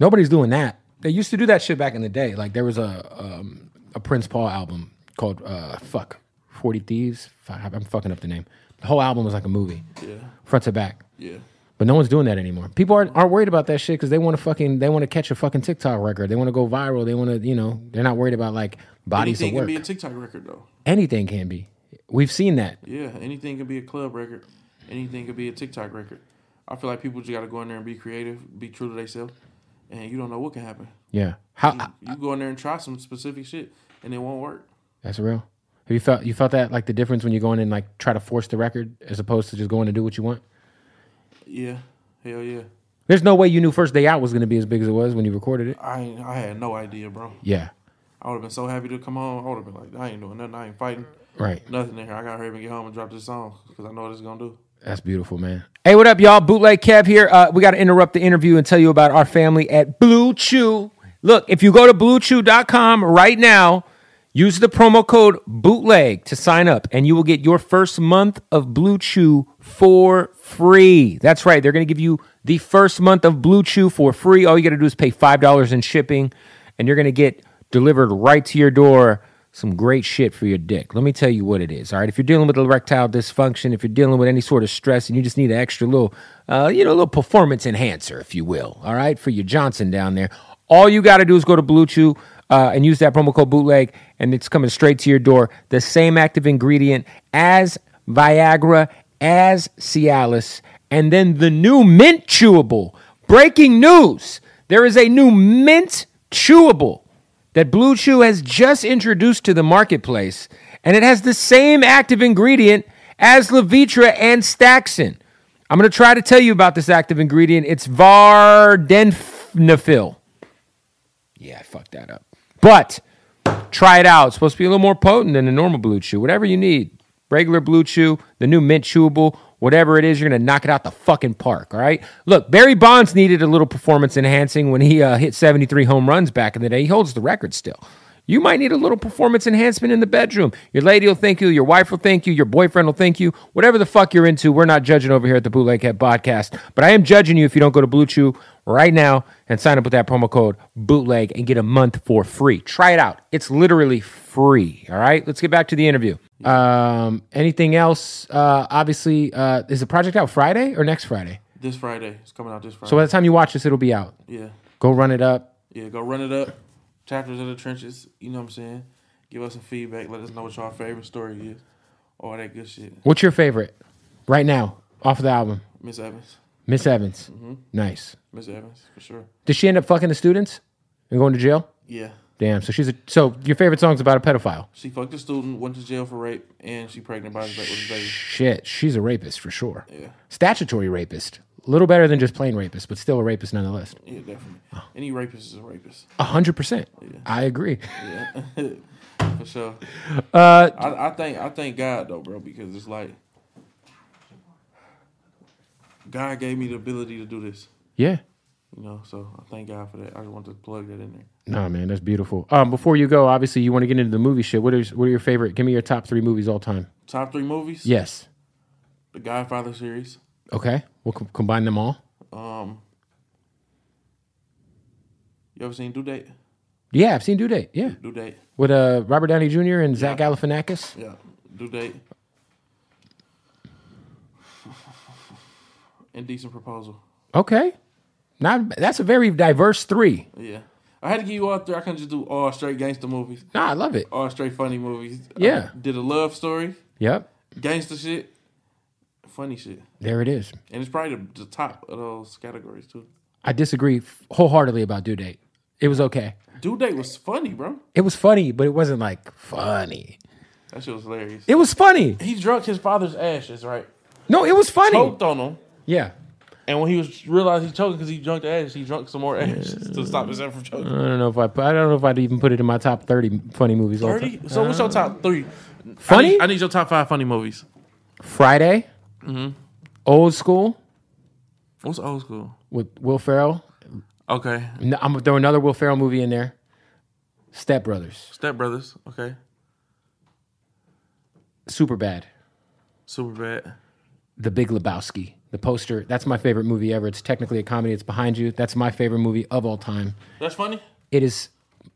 S4: Nobody's doing that. They used to do that shit back in the day. Like there was a um, a Prince Paul album called uh, "Fuck Forty Thieves." Fuck, I'm fucking up the name. The whole album was like a movie,
S3: Yeah.
S4: front to back.
S3: Yeah.
S4: But no one's doing that anymore. People aren't, aren't worried about that shit because they want to fucking they want to catch a fucking TikTok record. They want to go viral. They want to you know they're not worried about like bodies of
S3: Anything can
S4: work.
S3: be a TikTok record though.
S4: Anything can be. We've seen that.
S3: Yeah, anything can be a club record. Anything can be a TikTok record. I feel like people just got to go in there and be creative, be true to themselves, and you don't know what can happen.
S4: Yeah. How
S3: You go in there and try some specific shit, and it won't work.
S4: that's real. Have you felt you felt that like the difference when you go in and like try to force the record as opposed to just going to do what you want?
S3: Yeah, hell yeah.
S4: There's no way you knew first day out was going to be as big as it was when you recorded it.
S3: I ain't, I had no idea, bro.
S4: Yeah,
S3: I would have been so happy to come home. I would have been like, I ain't doing nothing. I ain't fighting.
S4: right.
S3: Nothing in here. I got to hurry up and get home and drop this song because I know what it's going to do.
S4: That's beautiful, man. Hey, what up, y'all? Bootleg Kev here. Uh, we got to interrupt the interview and tell you about our family at Blue Chew. Look, if you go to bluechew.com right now, use the promo code bootleg to sign up, and you will get your first month of Blue Chew for free. That's right. They're going to give you the first month of Blue Chew for free. All you got to do is pay $5 in shipping, and you're going to get delivered right to your door some great shit for your dick. Let me tell you what it is. All right, if you're dealing with erectile dysfunction, if you're dealing with any sort of stress, and you just need an extra little, uh, you know, little performance enhancer, if you will. All right, for your Johnson down there, all you got to do is go to Blue Chew uh, and use that promo code bootleg, and it's coming straight to your door. The same active ingredient as Viagra, as Cialis, and then the new mint chewable. Breaking news: there is a new mint chewable. that Blue Chew has just introduced to the marketplace, and it has the same active ingredient as Levitra and Staxin. I'm going to try to tell you about this active ingredient. It's vardenafil. Yeah, I fucked that up. But try it out. It's supposed to be a little more potent than the normal Blue Chew. Whatever you need, regular Blue Chew, the new mint chewable, whatever it is, you're gonna knock it out the fucking park. All right. Look, Barry Bonds needed a little performance enhancing when he uh, hit 73 home runs back in the day. He holds the record still. You might need a little performance enhancement in the bedroom. Your lady will thank you. Your wife will thank you. Your boyfriend will thank you. Whatever the fuck you're into, we're not judging over here at the Bootleghead Podcast. But I am judging you if you don't go to Blue Chew right now and sign up with that promo code bootleg and get a month for free. Try it out. It's literally free. All right, let's get back to the interview. Um, anything else? Uh, obviously, uh, is the project out Friday or next Friday?
S3: This Friday. It's coming out this Friday.
S4: So by the time you watch this, it'll be out.
S3: yeah.
S4: Go run it up.
S3: Yeah, go run it up. Chapters of the trenches. You know what I'm saying? Give us some feedback. Let us know what your favorite story is. All that good shit.
S4: What's your favorite right now off of the album?
S3: Miss Evans.
S4: Miss Evans. Nice.
S3: Miss Evans, for sure.
S4: Did she end up fucking the students and going to jail?
S3: Yeah.
S4: Damn. So she's a so your favorite song's about a pedophile.
S3: She fucked a student, went to jail for rape, and she pregnant by his ba- with his baby.
S4: Shit, she's a rapist for sure. Statutory rapist. Little better than just plain rapist, but still a rapist nonetheless.
S3: Yeah, definitely. Any rapist is a rapist.
S4: A hundred percent. I agree.
S3: For sure. I, I think I thank God though, bro, because it's like God gave me the ability to do this.
S4: Yeah.
S3: You know, so I thank God for that. I just want to plug that in there.
S4: No man, that's beautiful. Um, before you go, obviously you want to get into the movie shit. What are what are your favorite? Give me your top three movies all time.
S3: Top three movies.
S4: Yes.
S3: The Godfather series.
S4: Okay. We'll com- combine them all.
S3: Um You ever seen Due Date?
S4: Yeah, I've seen Due Date. Yeah,
S3: Due Date.
S4: with uh Robert Downey Jr. and Zach Galifianakis.
S3: Yeah. Due Date. Indecent proposal.
S4: Okay. Not that's a very diverse three.
S3: Yeah. I had to give you all three. I couldn't just do all straight gangster movies.
S4: Nah, I love it.
S3: all straight funny movies.
S4: Yeah.
S3: I did a love story,
S4: Yep.
S3: gangster shit, funny shit,
S4: There it is.
S3: and it's probably the, the top of those categories too.
S4: I disagree wholeheartedly about Due Date. It was okay.
S3: Due date was funny, bro.
S4: It was funny, but it wasn't like funny.
S3: That shit was hilarious.
S4: It was funny.
S3: He drunk his father's ashes, right?
S4: No, it was funny.
S3: Choked on him,
S4: Yeah.
S3: and when he was realized he choking because he drunk the ashes, he drunk some more ashes to stop himself from choking.
S4: I don't know if I. put- I don't know if I'd even put it in my top thirty funny movies. all time.
S3: Thirty. So what's your top three?
S4: Funny?
S3: I need, I need your top five funny movies.
S4: Friday,
S3: Mm-hmm.
S4: Old School
S3: What's old school?
S4: with Will Ferrell.
S3: Okay,
S4: No, I'm gonna throw another Will Ferrell movie in there. Step Brothers,
S3: Step Brothers. Okay,
S4: Super Bad,
S3: Super Bad.
S4: The Big Lebowski, the poster. That's my favorite movie ever. It's technically a comedy. It's behind you. That's my favorite movie of all time.
S3: That's funny.
S4: It is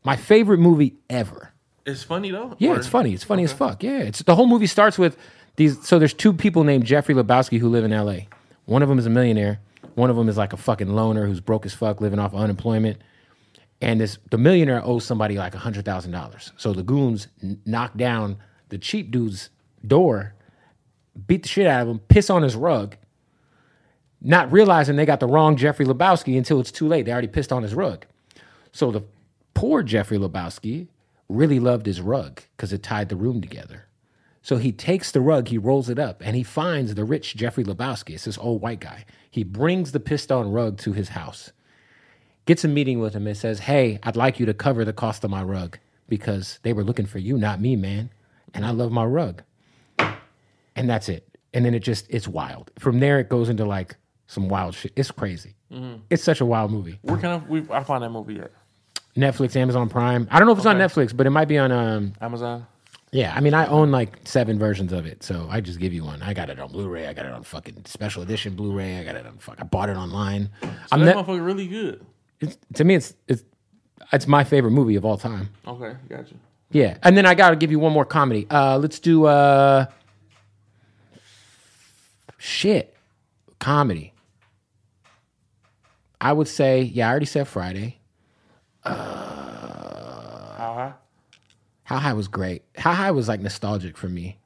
S4: my favorite movie ever.
S3: It's funny though.
S4: Yeah,
S3: Or-
S4: it's funny. It's funny as fuck. Yeah, it's the whole movie starts with these. So there's two people named Jeffrey Lebowski who live in L.A. One of them is a millionaire. One of them is like a fucking loner who's broke as fuck, living off unemployment. And this the millionaire owes somebody like hundred thousand dollars. So the goons n- knock down the cheap dude's door, beat the shit out of him, piss on his rug, not realizing they got the wrong Jeffrey Lebowski until it's too late. They already pissed on his rug. So the poor Jeffrey Lebowski really loved his rug because it tied the room together. So he takes the rug, he rolls it up, and he finds the rich Jeffrey Lebowski. It's this old white guy. He brings the pissed on rug to his house, gets a meeting with him, and says, Hey, I'd like you to cover the cost of my rug because they were looking for you, not me, man. And I love my rug and that's it. And then it just it's wild. From there, it goes into like some wild shit. It's crazy. It's such a wild movie.
S3: Where can I? We, I find that movie at
S4: Netflix, Amazon Prime. I don't know if it's on Netflix, but it might be on. Um,
S3: Amazon.
S4: yeah, I mean, I own like seven versions of it, so I just give you one. I got it on Blu-ray. I got it on fucking special edition Blu-ray. I got it on fuck. I bought it online. I'm
S3: That
S4: ne-
S3: motherfucker really good.
S4: it's, to me, it's it's it's my favorite movie of all time.
S3: Okay, gotcha.
S4: Yeah, and then I gotta give you one more comedy. Uh, let's do uh, shit comedy. I would say yeah. I already said Friday.
S3: How high?
S4: How High was great. How High was like nostalgic for me,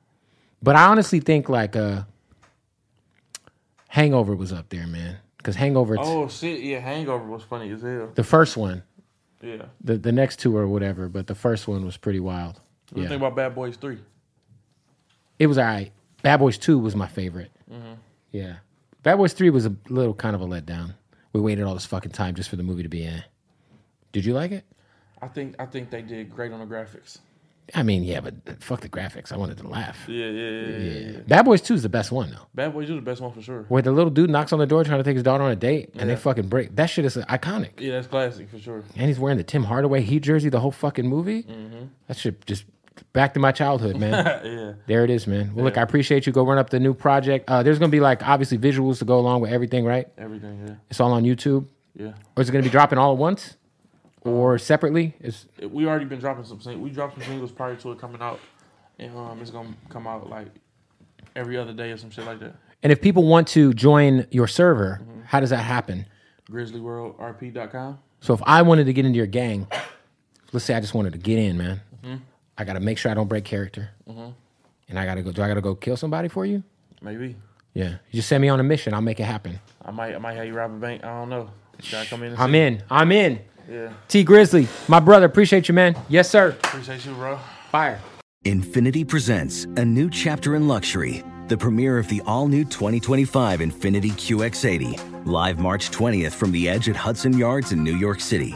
S4: but I honestly think like uh, Hangover was up there, man. Because Hangover, it's-
S3: Oh shit! Yeah, Hangover was funny as hell.
S4: the first one,
S3: Yeah.
S4: The the next two or whatever, but the first one was pretty wild.
S3: What do you
S4: Yeah.
S3: think about Bad Boys Three?
S4: it was all right. Bad Boys Two was my favorite.
S3: Mm-hmm.
S4: Yeah, Bad Boys Three was a little kind of a letdown. We waited all this fucking time just for the movie to be in. Did you like it?
S3: I think I think they did great on the graphics.
S4: I mean, yeah, but fuck the graphics. I wanted to laugh.
S3: Yeah, yeah, yeah. yeah.
S4: Bad Boys Two is the best one though.
S3: Bad Boys, you're the best one for sure.
S4: Where the little dude knocks on the door trying to take his daughter on a date, and they fucking break. That shit is iconic.
S3: Yeah, that's classic for sure.
S4: And he's wearing the Tim Hardaway Heat jersey the whole fucking movie. That shit just back to my childhood, man.
S3: Yeah.
S4: there it is, man. Well, look, I appreciate you. Go run up the new project. Uh, there's gonna be like obviously visuals to go along with everything, right?
S3: Everything, yeah.
S4: It's all on YouTube.
S3: Yeah.
S4: Or is it going to be dropping all at once or separately? Is
S3: It- we already been dropping some singles. We dropped some singles prior to it coming out. And um it's gonna come out like every other day or some shit like that.
S4: and if people want to join your server, how does that happen?
S3: GrizzlyWorldRP.com.
S4: So if I wanted to get into your gang, let's say I just wanted to get in, man. I got to make sure I don't break character. And I got to go. Do I got to go kill somebody for you?
S3: Maybe.
S4: Yeah. You just send me on a mission. I'll make it happen.
S3: I might I might have you rob a bank. I don't know. Gotta come in and
S4: I'm in. I'm in.
S3: see. Yeah.
S4: T Grizzly, my brother. Appreciate you, man. Yes, sir.
S3: Appreciate you, bro.
S4: Fire.
S6: Infinity presents a new chapter in luxury, the premiere of the all new 2025 Infinity QX80, live March 20th from the edge at Hudson Yards in New York City,